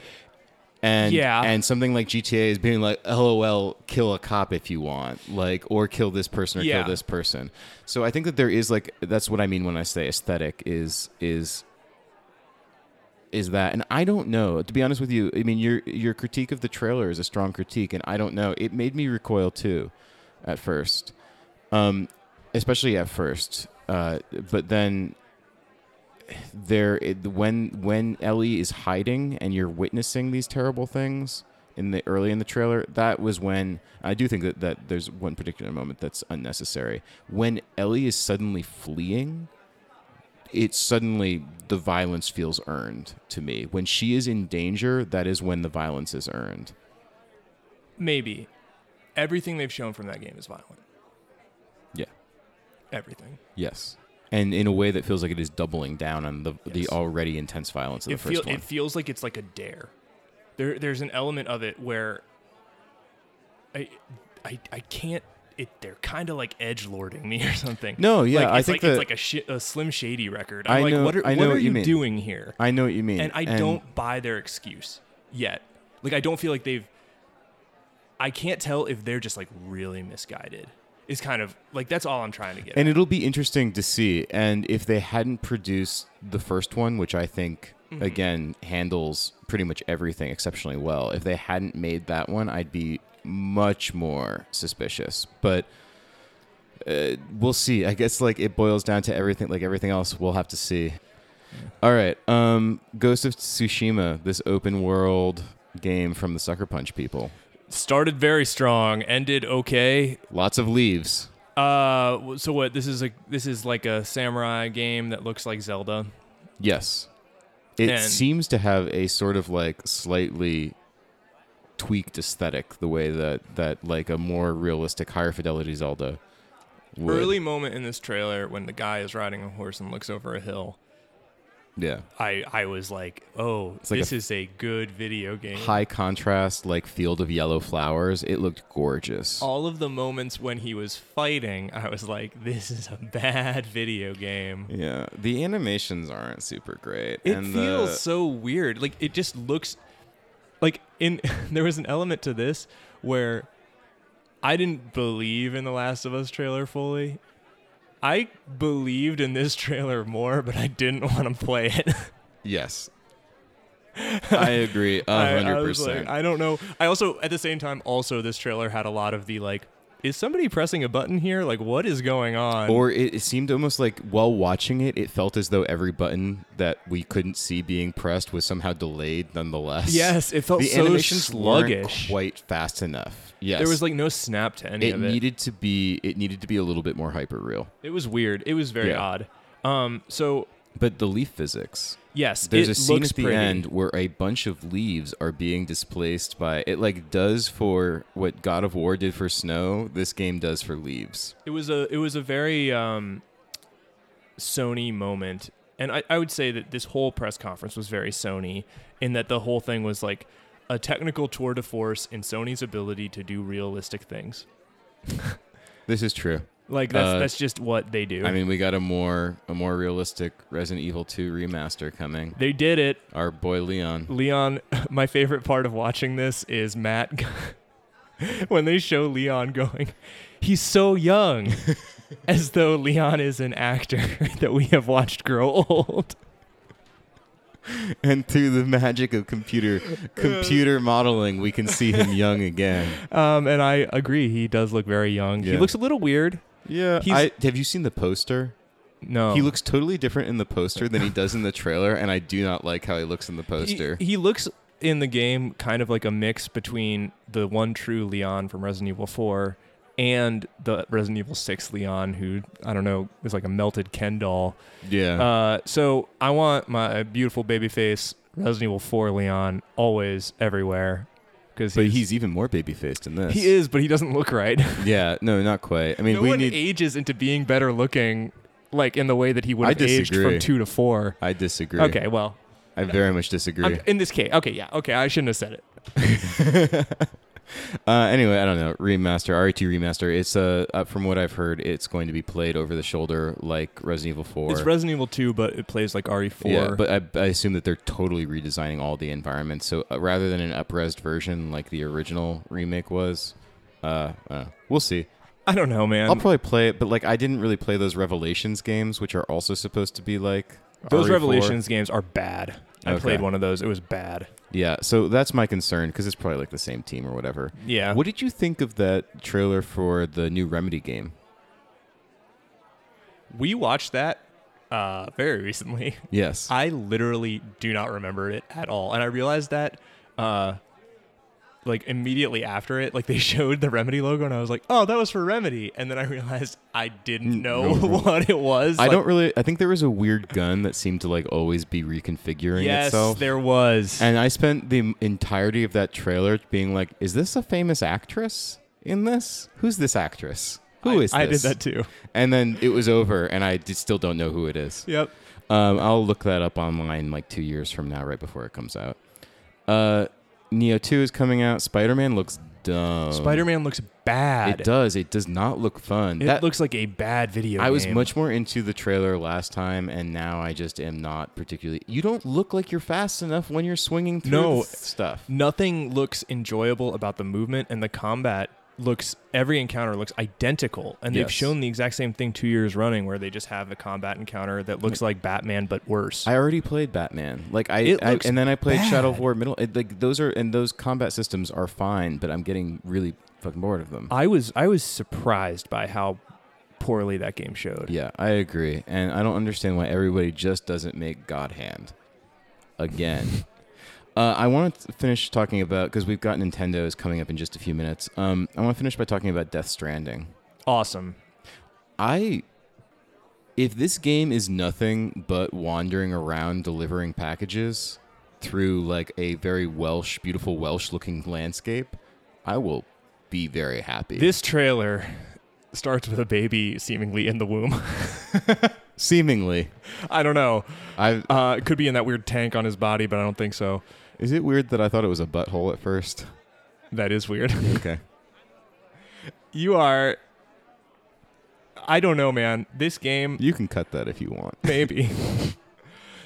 Speaker 2: And
Speaker 1: Yeah.
Speaker 2: and something like GTA is being like, LOL, kill a cop if you want, like, or kill this person or
Speaker 1: Yeah.
Speaker 2: kill this person. So I think that there is like that's what I mean when I say aesthetic is is is that and I don't know, to be honest with you, I mean your your critique of the trailer is a strong critique, and I don't know. It made me recoil too at first. Um especially at first. Uh but then there it, when when Ellie is hiding and you're witnessing these terrible things in the early in the trailer, that was when I do think that, that there's one particular moment that's unnecessary. When Ellie is suddenly fleeing, it suddenly the violence feels earned to me. When she is in danger, that is when the violence is earned.
Speaker 1: maybe. Everything they've shown from that game is violent.
Speaker 2: Yeah.
Speaker 1: Everything.
Speaker 2: Yes. And in a way that feels like it is doubling down on the
Speaker 1: Yes.
Speaker 2: the already intense violence of
Speaker 1: It,
Speaker 2: the first
Speaker 1: feel,
Speaker 2: one.
Speaker 1: it feels like it's like a dare. There, there's an element of it where I, I, I can't. It, they're kind of like edge lording me or something.
Speaker 2: No, yeah,
Speaker 1: Like,
Speaker 2: I
Speaker 1: it's
Speaker 2: think
Speaker 1: like,
Speaker 2: that-
Speaker 1: it's like a, shi a Slim Shady record. I'm
Speaker 2: I
Speaker 1: like,
Speaker 2: know-
Speaker 1: what are,
Speaker 2: I know
Speaker 1: what are
Speaker 2: what you
Speaker 1: you
Speaker 2: mean.
Speaker 1: doing here?
Speaker 2: I know what you mean.
Speaker 1: and I don't buy their excuse yet. Like I don't feel like they've. I can't tell if they're just like really misguided. Is kind of like that's all I'm trying to get.
Speaker 2: And
Speaker 1: at.
Speaker 2: it'll be interesting to see. And if they hadn't produced the first one, which I think again handles pretty much everything exceptionally well, if they hadn't made that one, I'd be much more suspicious. But uh, we'll see. I guess like it boils down to everything, like everything else. We'll have to see. All right, um, Ghost of Tsushima, this open world game from the Sucker Punch people.
Speaker 1: Started very strong, ended okay.
Speaker 2: Lots of leaves.
Speaker 1: Uh, w- so what? This is a this is like a samurai game that looks like Zelda.
Speaker 2: Yes. It
Speaker 1: And-
Speaker 2: seems to have a sort of like slightly tweaked aesthetic the way that that like a more realistic higher fidelity Zelda would.
Speaker 1: Early moment in this trailer when the guy is riding a horse and looks over a hill.
Speaker 2: yeah.
Speaker 1: I I was like, oh,
Speaker 2: like
Speaker 1: this
Speaker 2: a-
Speaker 1: is a good video game.
Speaker 2: High contrast like field of yellow flowers. It looked gorgeous.
Speaker 1: all of the moments when he was fighting, I was like, this is a bad video game.
Speaker 2: Yeah. The animations aren't super great.
Speaker 1: It
Speaker 2: and uh,
Speaker 1: feels
Speaker 2: the,
Speaker 1: so weird. Like it just looks like in there was an element to this where I didn't believe in the Last of Us trailer fully. I believed in this trailer more, but I didn't want to play it.
Speaker 2: Yes. I agree a
Speaker 1: I, I
Speaker 2: hundred
Speaker 1: was like,
Speaker 2: percent.
Speaker 1: I don't know. I also at the same time also this trailer had a lot of the like is somebody pressing a button here? Like what is going on?
Speaker 2: Or it, it seemed almost like while watching it, it felt as though every button that we couldn't see being pressed was somehow delayed nonetheless.
Speaker 1: Yes, it felt
Speaker 2: the
Speaker 1: so
Speaker 2: animations weren't
Speaker 1: sluggish.
Speaker 2: quite fast enough. Yes,
Speaker 1: There was like no snap to any
Speaker 2: it
Speaker 1: of it.
Speaker 2: needed to be it needed to be a little bit more hyper real.
Speaker 1: it was weird. It was very
Speaker 2: Yeah.
Speaker 1: odd. Um, so
Speaker 2: But the leaf physics.
Speaker 1: yes,
Speaker 2: There's
Speaker 1: it
Speaker 2: a scene
Speaker 1: looks
Speaker 2: at the
Speaker 1: pretty.
Speaker 2: end where a bunch of leaves are being displaced by it. Like does for what God of War did for snow, this game does for leaves.
Speaker 1: It was a it was a very um, Sony moment, and I, I would say that this whole press conference was very Sony in that the whole thing was like a technical tour de force in Sony's ability to do realistic things.
Speaker 2: This is true.
Speaker 1: Like that's
Speaker 2: Uh,
Speaker 1: that's just what they do.
Speaker 2: I mean, we got a more a more realistic Resident Evil 2 remaster coming.
Speaker 1: they did it.
Speaker 2: Our boy Leon.
Speaker 1: Leon, my favorite part of watching this is Matt when they show Leon going, he's so young, as though Leon is an actor that we have watched grow old.
Speaker 2: And through the magic of computer computer modeling, we can see him young again.
Speaker 1: Um, and I agree, he does look very young. He
Speaker 2: Yeah.
Speaker 1: looks a little weird.
Speaker 2: Yeah.
Speaker 1: He's-
Speaker 2: I, have you seen the poster?
Speaker 1: No,
Speaker 2: He looks totally different in the poster than he does in the trailer, and I do not like how he looks in the poster.
Speaker 1: He, he looks in the game kind of like a mix between the one true Leon from Resident Evil Four. And the Resident Evil 6 Leon, who, I don't know, is like a melted Ken doll.
Speaker 2: yeah.
Speaker 1: Uh, so I want my beautiful baby face Resident Evil 4 Leon always everywhere because
Speaker 2: But he's even more baby faced in this.
Speaker 1: he is, but he doesn't look right.
Speaker 2: Yeah, no, not quite. I mean,
Speaker 1: no
Speaker 2: we
Speaker 1: one
Speaker 2: need.
Speaker 1: ages into being better looking, like in the way that he would
Speaker 2: I
Speaker 1: have aged
Speaker 2: disagree.
Speaker 1: from two to four.
Speaker 2: I disagree.
Speaker 1: Okay, well,
Speaker 2: I very much disagree.
Speaker 1: I'm- in this case, okay, yeah, okay, I shouldn't have said it.
Speaker 2: Uh, anyway, I don't know. Remaster, RET remaster. It's uh, uh, from what I've heard, it's going to be played over the shoulder like Resident Evil Four.
Speaker 1: It's Resident Evil 2, but it plays like E RE4.
Speaker 2: Yeah, but I, I assume that they're totally redesigning all the environments. So uh, rather than an upresed version like the original remake was, uh, uh we'll see.
Speaker 1: I don't know, man.
Speaker 2: I'll probably play it, but like I didn't really play those Revelations games, which are also supposed to be like E
Speaker 1: Those
Speaker 2: RE4.
Speaker 1: Revelations games are bad. I
Speaker 2: Okay.
Speaker 1: played one of those. It was bad.
Speaker 2: Yeah, so that's my concern because it's probably like the same team or whatever.
Speaker 1: Yeah.
Speaker 2: What did you think of that trailer for the new Remedy game?
Speaker 1: We watched that uh, very recently.
Speaker 2: Yes.
Speaker 1: I literally do not remember it at all, and I realized that uh, like immediately after it, like they showed the Remedy logo, and I was like, "Oh, that was for Remedy," and then I realized I didn't know what it was.
Speaker 2: I
Speaker 1: Like,
Speaker 2: don't really. I think there was a weird gun that seemed to like always be reconfiguring
Speaker 1: Yes,
Speaker 2: itself.
Speaker 1: there was.
Speaker 2: and I spent the entirety of that trailer being like, "Is this a famous actress in this? Who's this actress? Who
Speaker 1: I-
Speaker 2: is
Speaker 1: I,
Speaker 2: this?"
Speaker 1: did that too.
Speaker 2: And then it was over, and I d- still don't know who it is.
Speaker 1: Yep.
Speaker 2: Um, I'll look that up online like two years from now, right before it comes out. Uh, Neo Two is coming out. Spider Man looks dumb.
Speaker 1: Spider Man looks bad.
Speaker 2: Um, It does. It does not look fun.
Speaker 1: It
Speaker 2: that
Speaker 1: looks like a bad video.
Speaker 2: I was
Speaker 1: game.
Speaker 2: much more into the trailer last time, and now I just am not particularly. You don't look like you're fast enough when you're swinging through
Speaker 1: No.
Speaker 2: th- stuff.
Speaker 1: Nothing looks enjoyable about the movement and the combat looks every encounter looks identical and
Speaker 2: Yes.
Speaker 1: they've shown the exact same thing 2 years running where they just have a combat encounter that looks like Batman but worse.
Speaker 2: I already played Batman. Like I,
Speaker 1: It
Speaker 2: I-
Speaker 1: looks
Speaker 2: and then I played Shadow of
Speaker 1: bad.
Speaker 2: War Middle. It, like those are and those combat systems are fine, but I'm getting really fucking bored of them.
Speaker 1: I was I was surprised by how poorly that game showed.
Speaker 2: yeah, I agree, and I don't understand why everybody just doesn't make God Hand again. Uh, I want to finish talking about because we've got Nintendo is coming up in just a few minutes. Um, I want to finish by talking about Death Stranding.
Speaker 1: Awesome.
Speaker 2: I if this game is nothing but wandering around delivering packages through like a very Welsh, beautiful Welsh looking landscape, I will be very happy.
Speaker 1: This trailer starts with a baby seemingly in the womb.
Speaker 2: seemingly
Speaker 1: I don't know.
Speaker 2: I
Speaker 1: Uh, it could be in that weird tank on his body, but I don't think so.
Speaker 2: is it weird that I thought it was a butthole at first?
Speaker 1: That is weird.
Speaker 2: Okay.
Speaker 1: you are I don't know, man. This game
Speaker 2: You can cut that if you want.
Speaker 1: Maybe.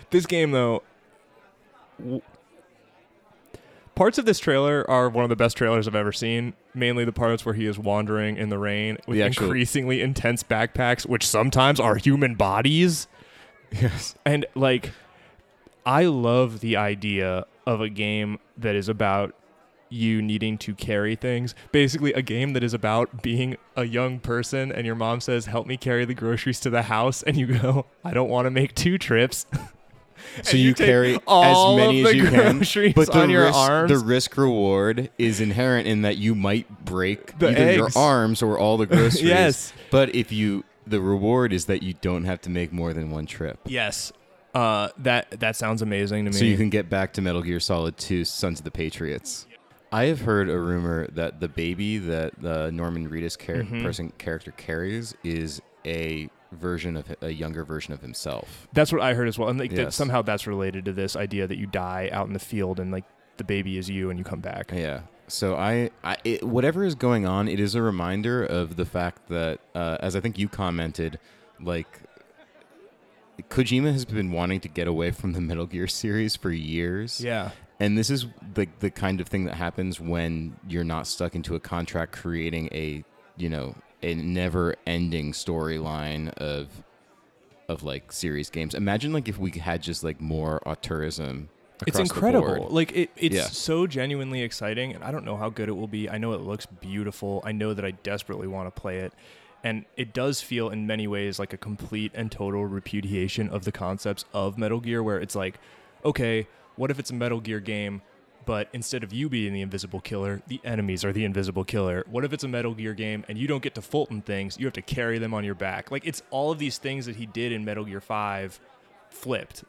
Speaker 1: this game, though, w- parts of this trailer are one of the best trailers I've ever seen. Mainly the parts where he is wandering in the rain with
Speaker 2: The actual-
Speaker 1: increasingly intense backpacks, which sometimes are human bodies.
Speaker 2: Yes.
Speaker 1: And, like, I love the idea of a game that is about you needing to carry things. Basically, a game that is about being a young person and your mom says, Help me carry the groceries to the house. And you go, I don't want to make two trips.
Speaker 2: So
Speaker 1: And
Speaker 2: you,
Speaker 1: you take
Speaker 2: carry as
Speaker 1: all
Speaker 2: many
Speaker 1: of
Speaker 2: as
Speaker 1: the
Speaker 2: you can,
Speaker 1: groceries
Speaker 2: but the
Speaker 1: on your
Speaker 2: risk,
Speaker 1: arms.
Speaker 2: the risk reward is inherent in that you might break
Speaker 1: The
Speaker 2: either your
Speaker 1: eggs.
Speaker 2: arms or all the groceries.
Speaker 1: Yes.
Speaker 2: but if you, the reward is that you don't have to make more than one trip,
Speaker 1: Yes. Uh, that that sounds amazing to me.
Speaker 2: so you can get back to Metal Gear Solid 2: Sons of the Patriots. I have heard a rumor that the baby that the Norman Reedus char-
Speaker 1: Mm-hmm.
Speaker 2: person character carries is a version of a younger version of himself.
Speaker 1: that's what I heard as well, and like that
Speaker 2: Yes.
Speaker 1: somehow that's related to this idea that you die out in the field and like the baby is you and you come back.
Speaker 2: Yeah. So I, I it, whatever is going on, it is a reminder of the fact that, uh, as I think you commented, like Kojima has been wanting to get away from the Metal Gear series for years.
Speaker 1: Yeah.
Speaker 2: And this is the the kind of thing that happens when you're not stuck into a contract creating a you know a never ending storyline of of like series games. Imagine like if we had just like more auteurism.
Speaker 1: It's
Speaker 2: across the board.
Speaker 1: incredible. Like it, it's
Speaker 2: Yeah.
Speaker 1: so genuinely exciting, and I don't know how good it will be. I know it looks beautiful. I know that I desperately want to play it, and it does feel in many ways like a complete and total repudiation of the concepts of Metal Gear, where it's like, okay, what if it's a Metal Gear game? But instead of you being the invisible killer, the enemies are the invisible killer. What if it's a Metal Gear game and you don't get to Fulton things? You have to carry them on your back. Like, it's all of these things that he did in Metal Gear 5 flipped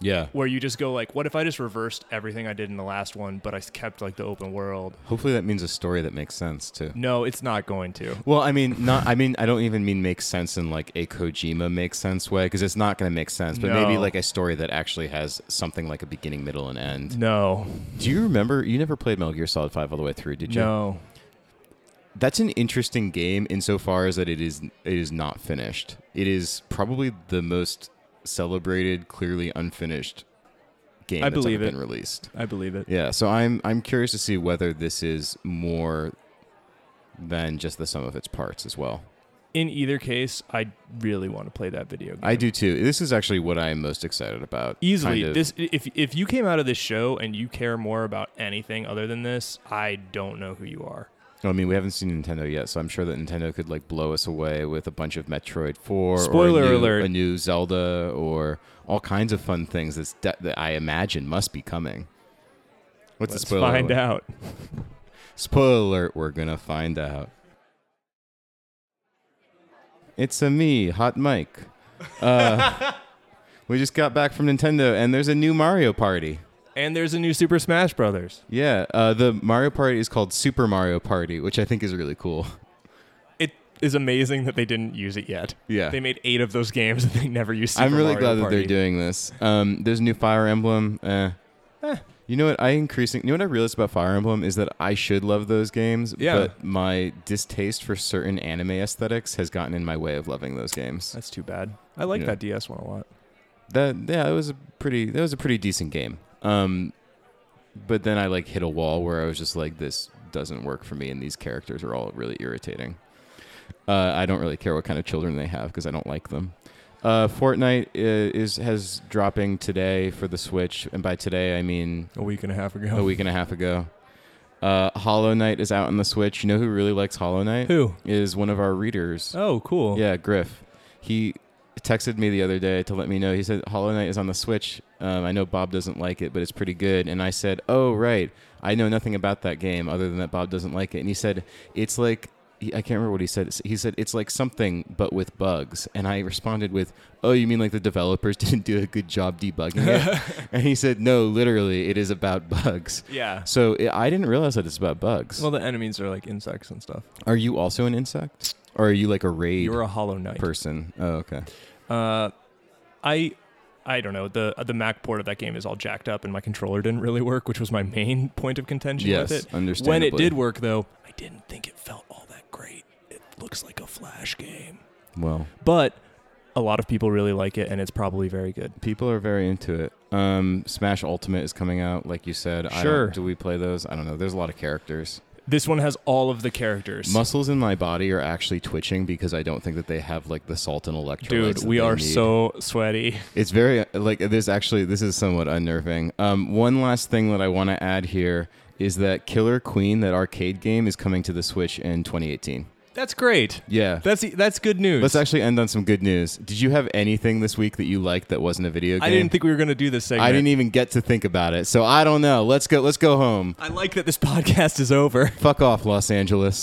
Speaker 2: Yeah.
Speaker 1: where you just go like, what if I just reversed everything I did in the last one, but I kept like the open world?
Speaker 2: Hopefully that means a story that makes sense too.
Speaker 1: No, it's not going to.
Speaker 2: Well, I mean, not. I mean, I don't even mean make sense in like a Kojima makes sense way because it's not going to make sense. But maybe
Speaker 1: No.
Speaker 2: like a story that actually has something like a beginning, middle, and end.
Speaker 1: No,
Speaker 2: Do you remember? You never played Metal Gear Solid Five all the way through, did you?
Speaker 1: Mm-hmm. no.
Speaker 2: That's an interesting game insofar as that it is it is not finished. It is probably the most celebrated, clearly unfinished game
Speaker 1: I
Speaker 2: that's
Speaker 1: believe
Speaker 2: ever
Speaker 1: it.
Speaker 2: been released.
Speaker 1: I believe it.
Speaker 2: Yeah, so I'm I'm curious to see whether this is more than just the sum of its parts as well.
Speaker 1: In either case, I really want to play that video game.
Speaker 2: I do too. This is actually what I am most excited about.
Speaker 1: Easily,
Speaker 2: kind of.
Speaker 1: this if if you came out of this show and you care more about anything other than this, I don't know who you are.
Speaker 2: I mean, we haven't seen Nintendo yet, so I'm sure that Nintendo could like blow us away with a bunch of Metroid Four,
Speaker 1: Spoiler
Speaker 2: or a new,
Speaker 1: alert.
Speaker 2: a new Zelda, or all kinds of fun things that's de- that I imagine must be coming. What's
Speaker 1: Let's
Speaker 2: the spoiler?
Speaker 1: find
Speaker 2: alert?
Speaker 1: out.
Speaker 2: Spoiler alert, we're gonna find out. It's a me, Hot Mike. Uh, we just got back from Nintendo, and there's a new Mario Party.
Speaker 1: And there's a new Super Smash Brothers.
Speaker 2: Yeah, uh, the Mario Party is called Super Mario Party, which I think is really cool.
Speaker 1: It is amazing that they didn't use it yet.
Speaker 2: Yeah.
Speaker 1: They made eight of those games and they never used. Super
Speaker 2: I'm really
Speaker 1: Mario
Speaker 2: glad that
Speaker 1: Party.
Speaker 2: they're doing this. Um, there's a new Fire Emblem. Eh.
Speaker 1: Eh.
Speaker 2: You know what? I increasing. You know what I realized about Fire Emblem is that I should love those games,
Speaker 1: Yeah.
Speaker 2: but my distaste for certain anime aesthetics has gotten in my way of loving those games.
Speaker 1: That's too bad. I like
Speaker 2: Yeah.
Speaker 1: that DS one a lot.
Speaker 2: That yeah, it was a pretty that was a pretty decent game. Um, but then I like hit a wall where I was just like, this doesn't work for me, and these characters are all really irritating. Uh, I don't really care what kind of children they have because I don't like them. Uh, Fortnite i- is has dropping today for the Switch, and by today I mean
Speaker 1: A week and a half ago.
Speaker 2: a week and a half ago. Uh, Hollow Knight is out on the Switch. You know who really likes Hollow Knight
Speaker 1: Who?
Speaker 2: is one of our readers.
Speaker 1: Oh, cool.
Speaker 2: Yeah, Griff. He texted me the other day to let me know. He said Hollow Knight is on the Switch. Um, I know Bob doesn't like it, but it's pretty good. And I said, Oh, right. I know nothing about that game other than that Bob doesn't like it. And he said, It's like. he- I can't remember what he said. He said it's like something, but with bugs. And I responded with, "Oh, you mean like the developers didn't do a good job debugging it?" and he said, "No, literally, it is about bugs."
Speaker 1: Yeah.
Speaker 2: So i I didn't realize that it's about bugs.
Speaker 1: Well, the enemies are like insects and stuff.
Speaker 2: are you also an insect, or are you like a raid
Speaker 1: You're a Hollow Knight.
Speaker 2: person? Oh, okay.
Speaker 1: Uh, I, I don't know. the The Mac port of that game is all jacked up, and my controller didn't really work, which was my main point of contention
Speaker 2: Yes,
Speaker 1: with it.
Speaker 2: understandably.
Speaker 1: When it did work, though, I didn't think it felt all that great. It looks like a Flash game,
Speaker 2: Well,
Speaker 1: but a lot of people really like it, and it's probably very good.
Speaker 2: people are very into it. Um, Smash Ultimate is coming out, like you said. I don't-
Speaker 1: Sure.
Speaker 2: do we play those? I don't know. There's a lot of characters.
Speaker 1: This one has all of the characters.
Speaker 2: Muscles in my body are actually twitching because I don't think that they have like the salt and electrolytes.
Speaker 1: Dude,
Speaker 2: that
Speaker 1: we
Speaker 2: they
Speaker 1: are
Speaker 2: need.
Speaker 1: so sweaty.
Speaker 2: It's very like this. Actually, this is somewhat unnerving. Um, one last thing that I want to add here is that Killer Queen, that arcade game, is coming to the Switch in 2018.
Speaker 1: That's great.
Speaker 2: Yeah.
Speaker 1: That's e, that's good news.
Speaker 2: Let's actually end on some good news. Did you have anything this week that you liked that wasn't a video game?
Speaker 1: I didn't think we were going to do this segment.
Speaker 2: I didn't even get to think about it. So I don't know. Let's go. Let's go home.
Speaker 1: I like that this podcast is over.
Speaker 2: Fuck off, Los Angeles.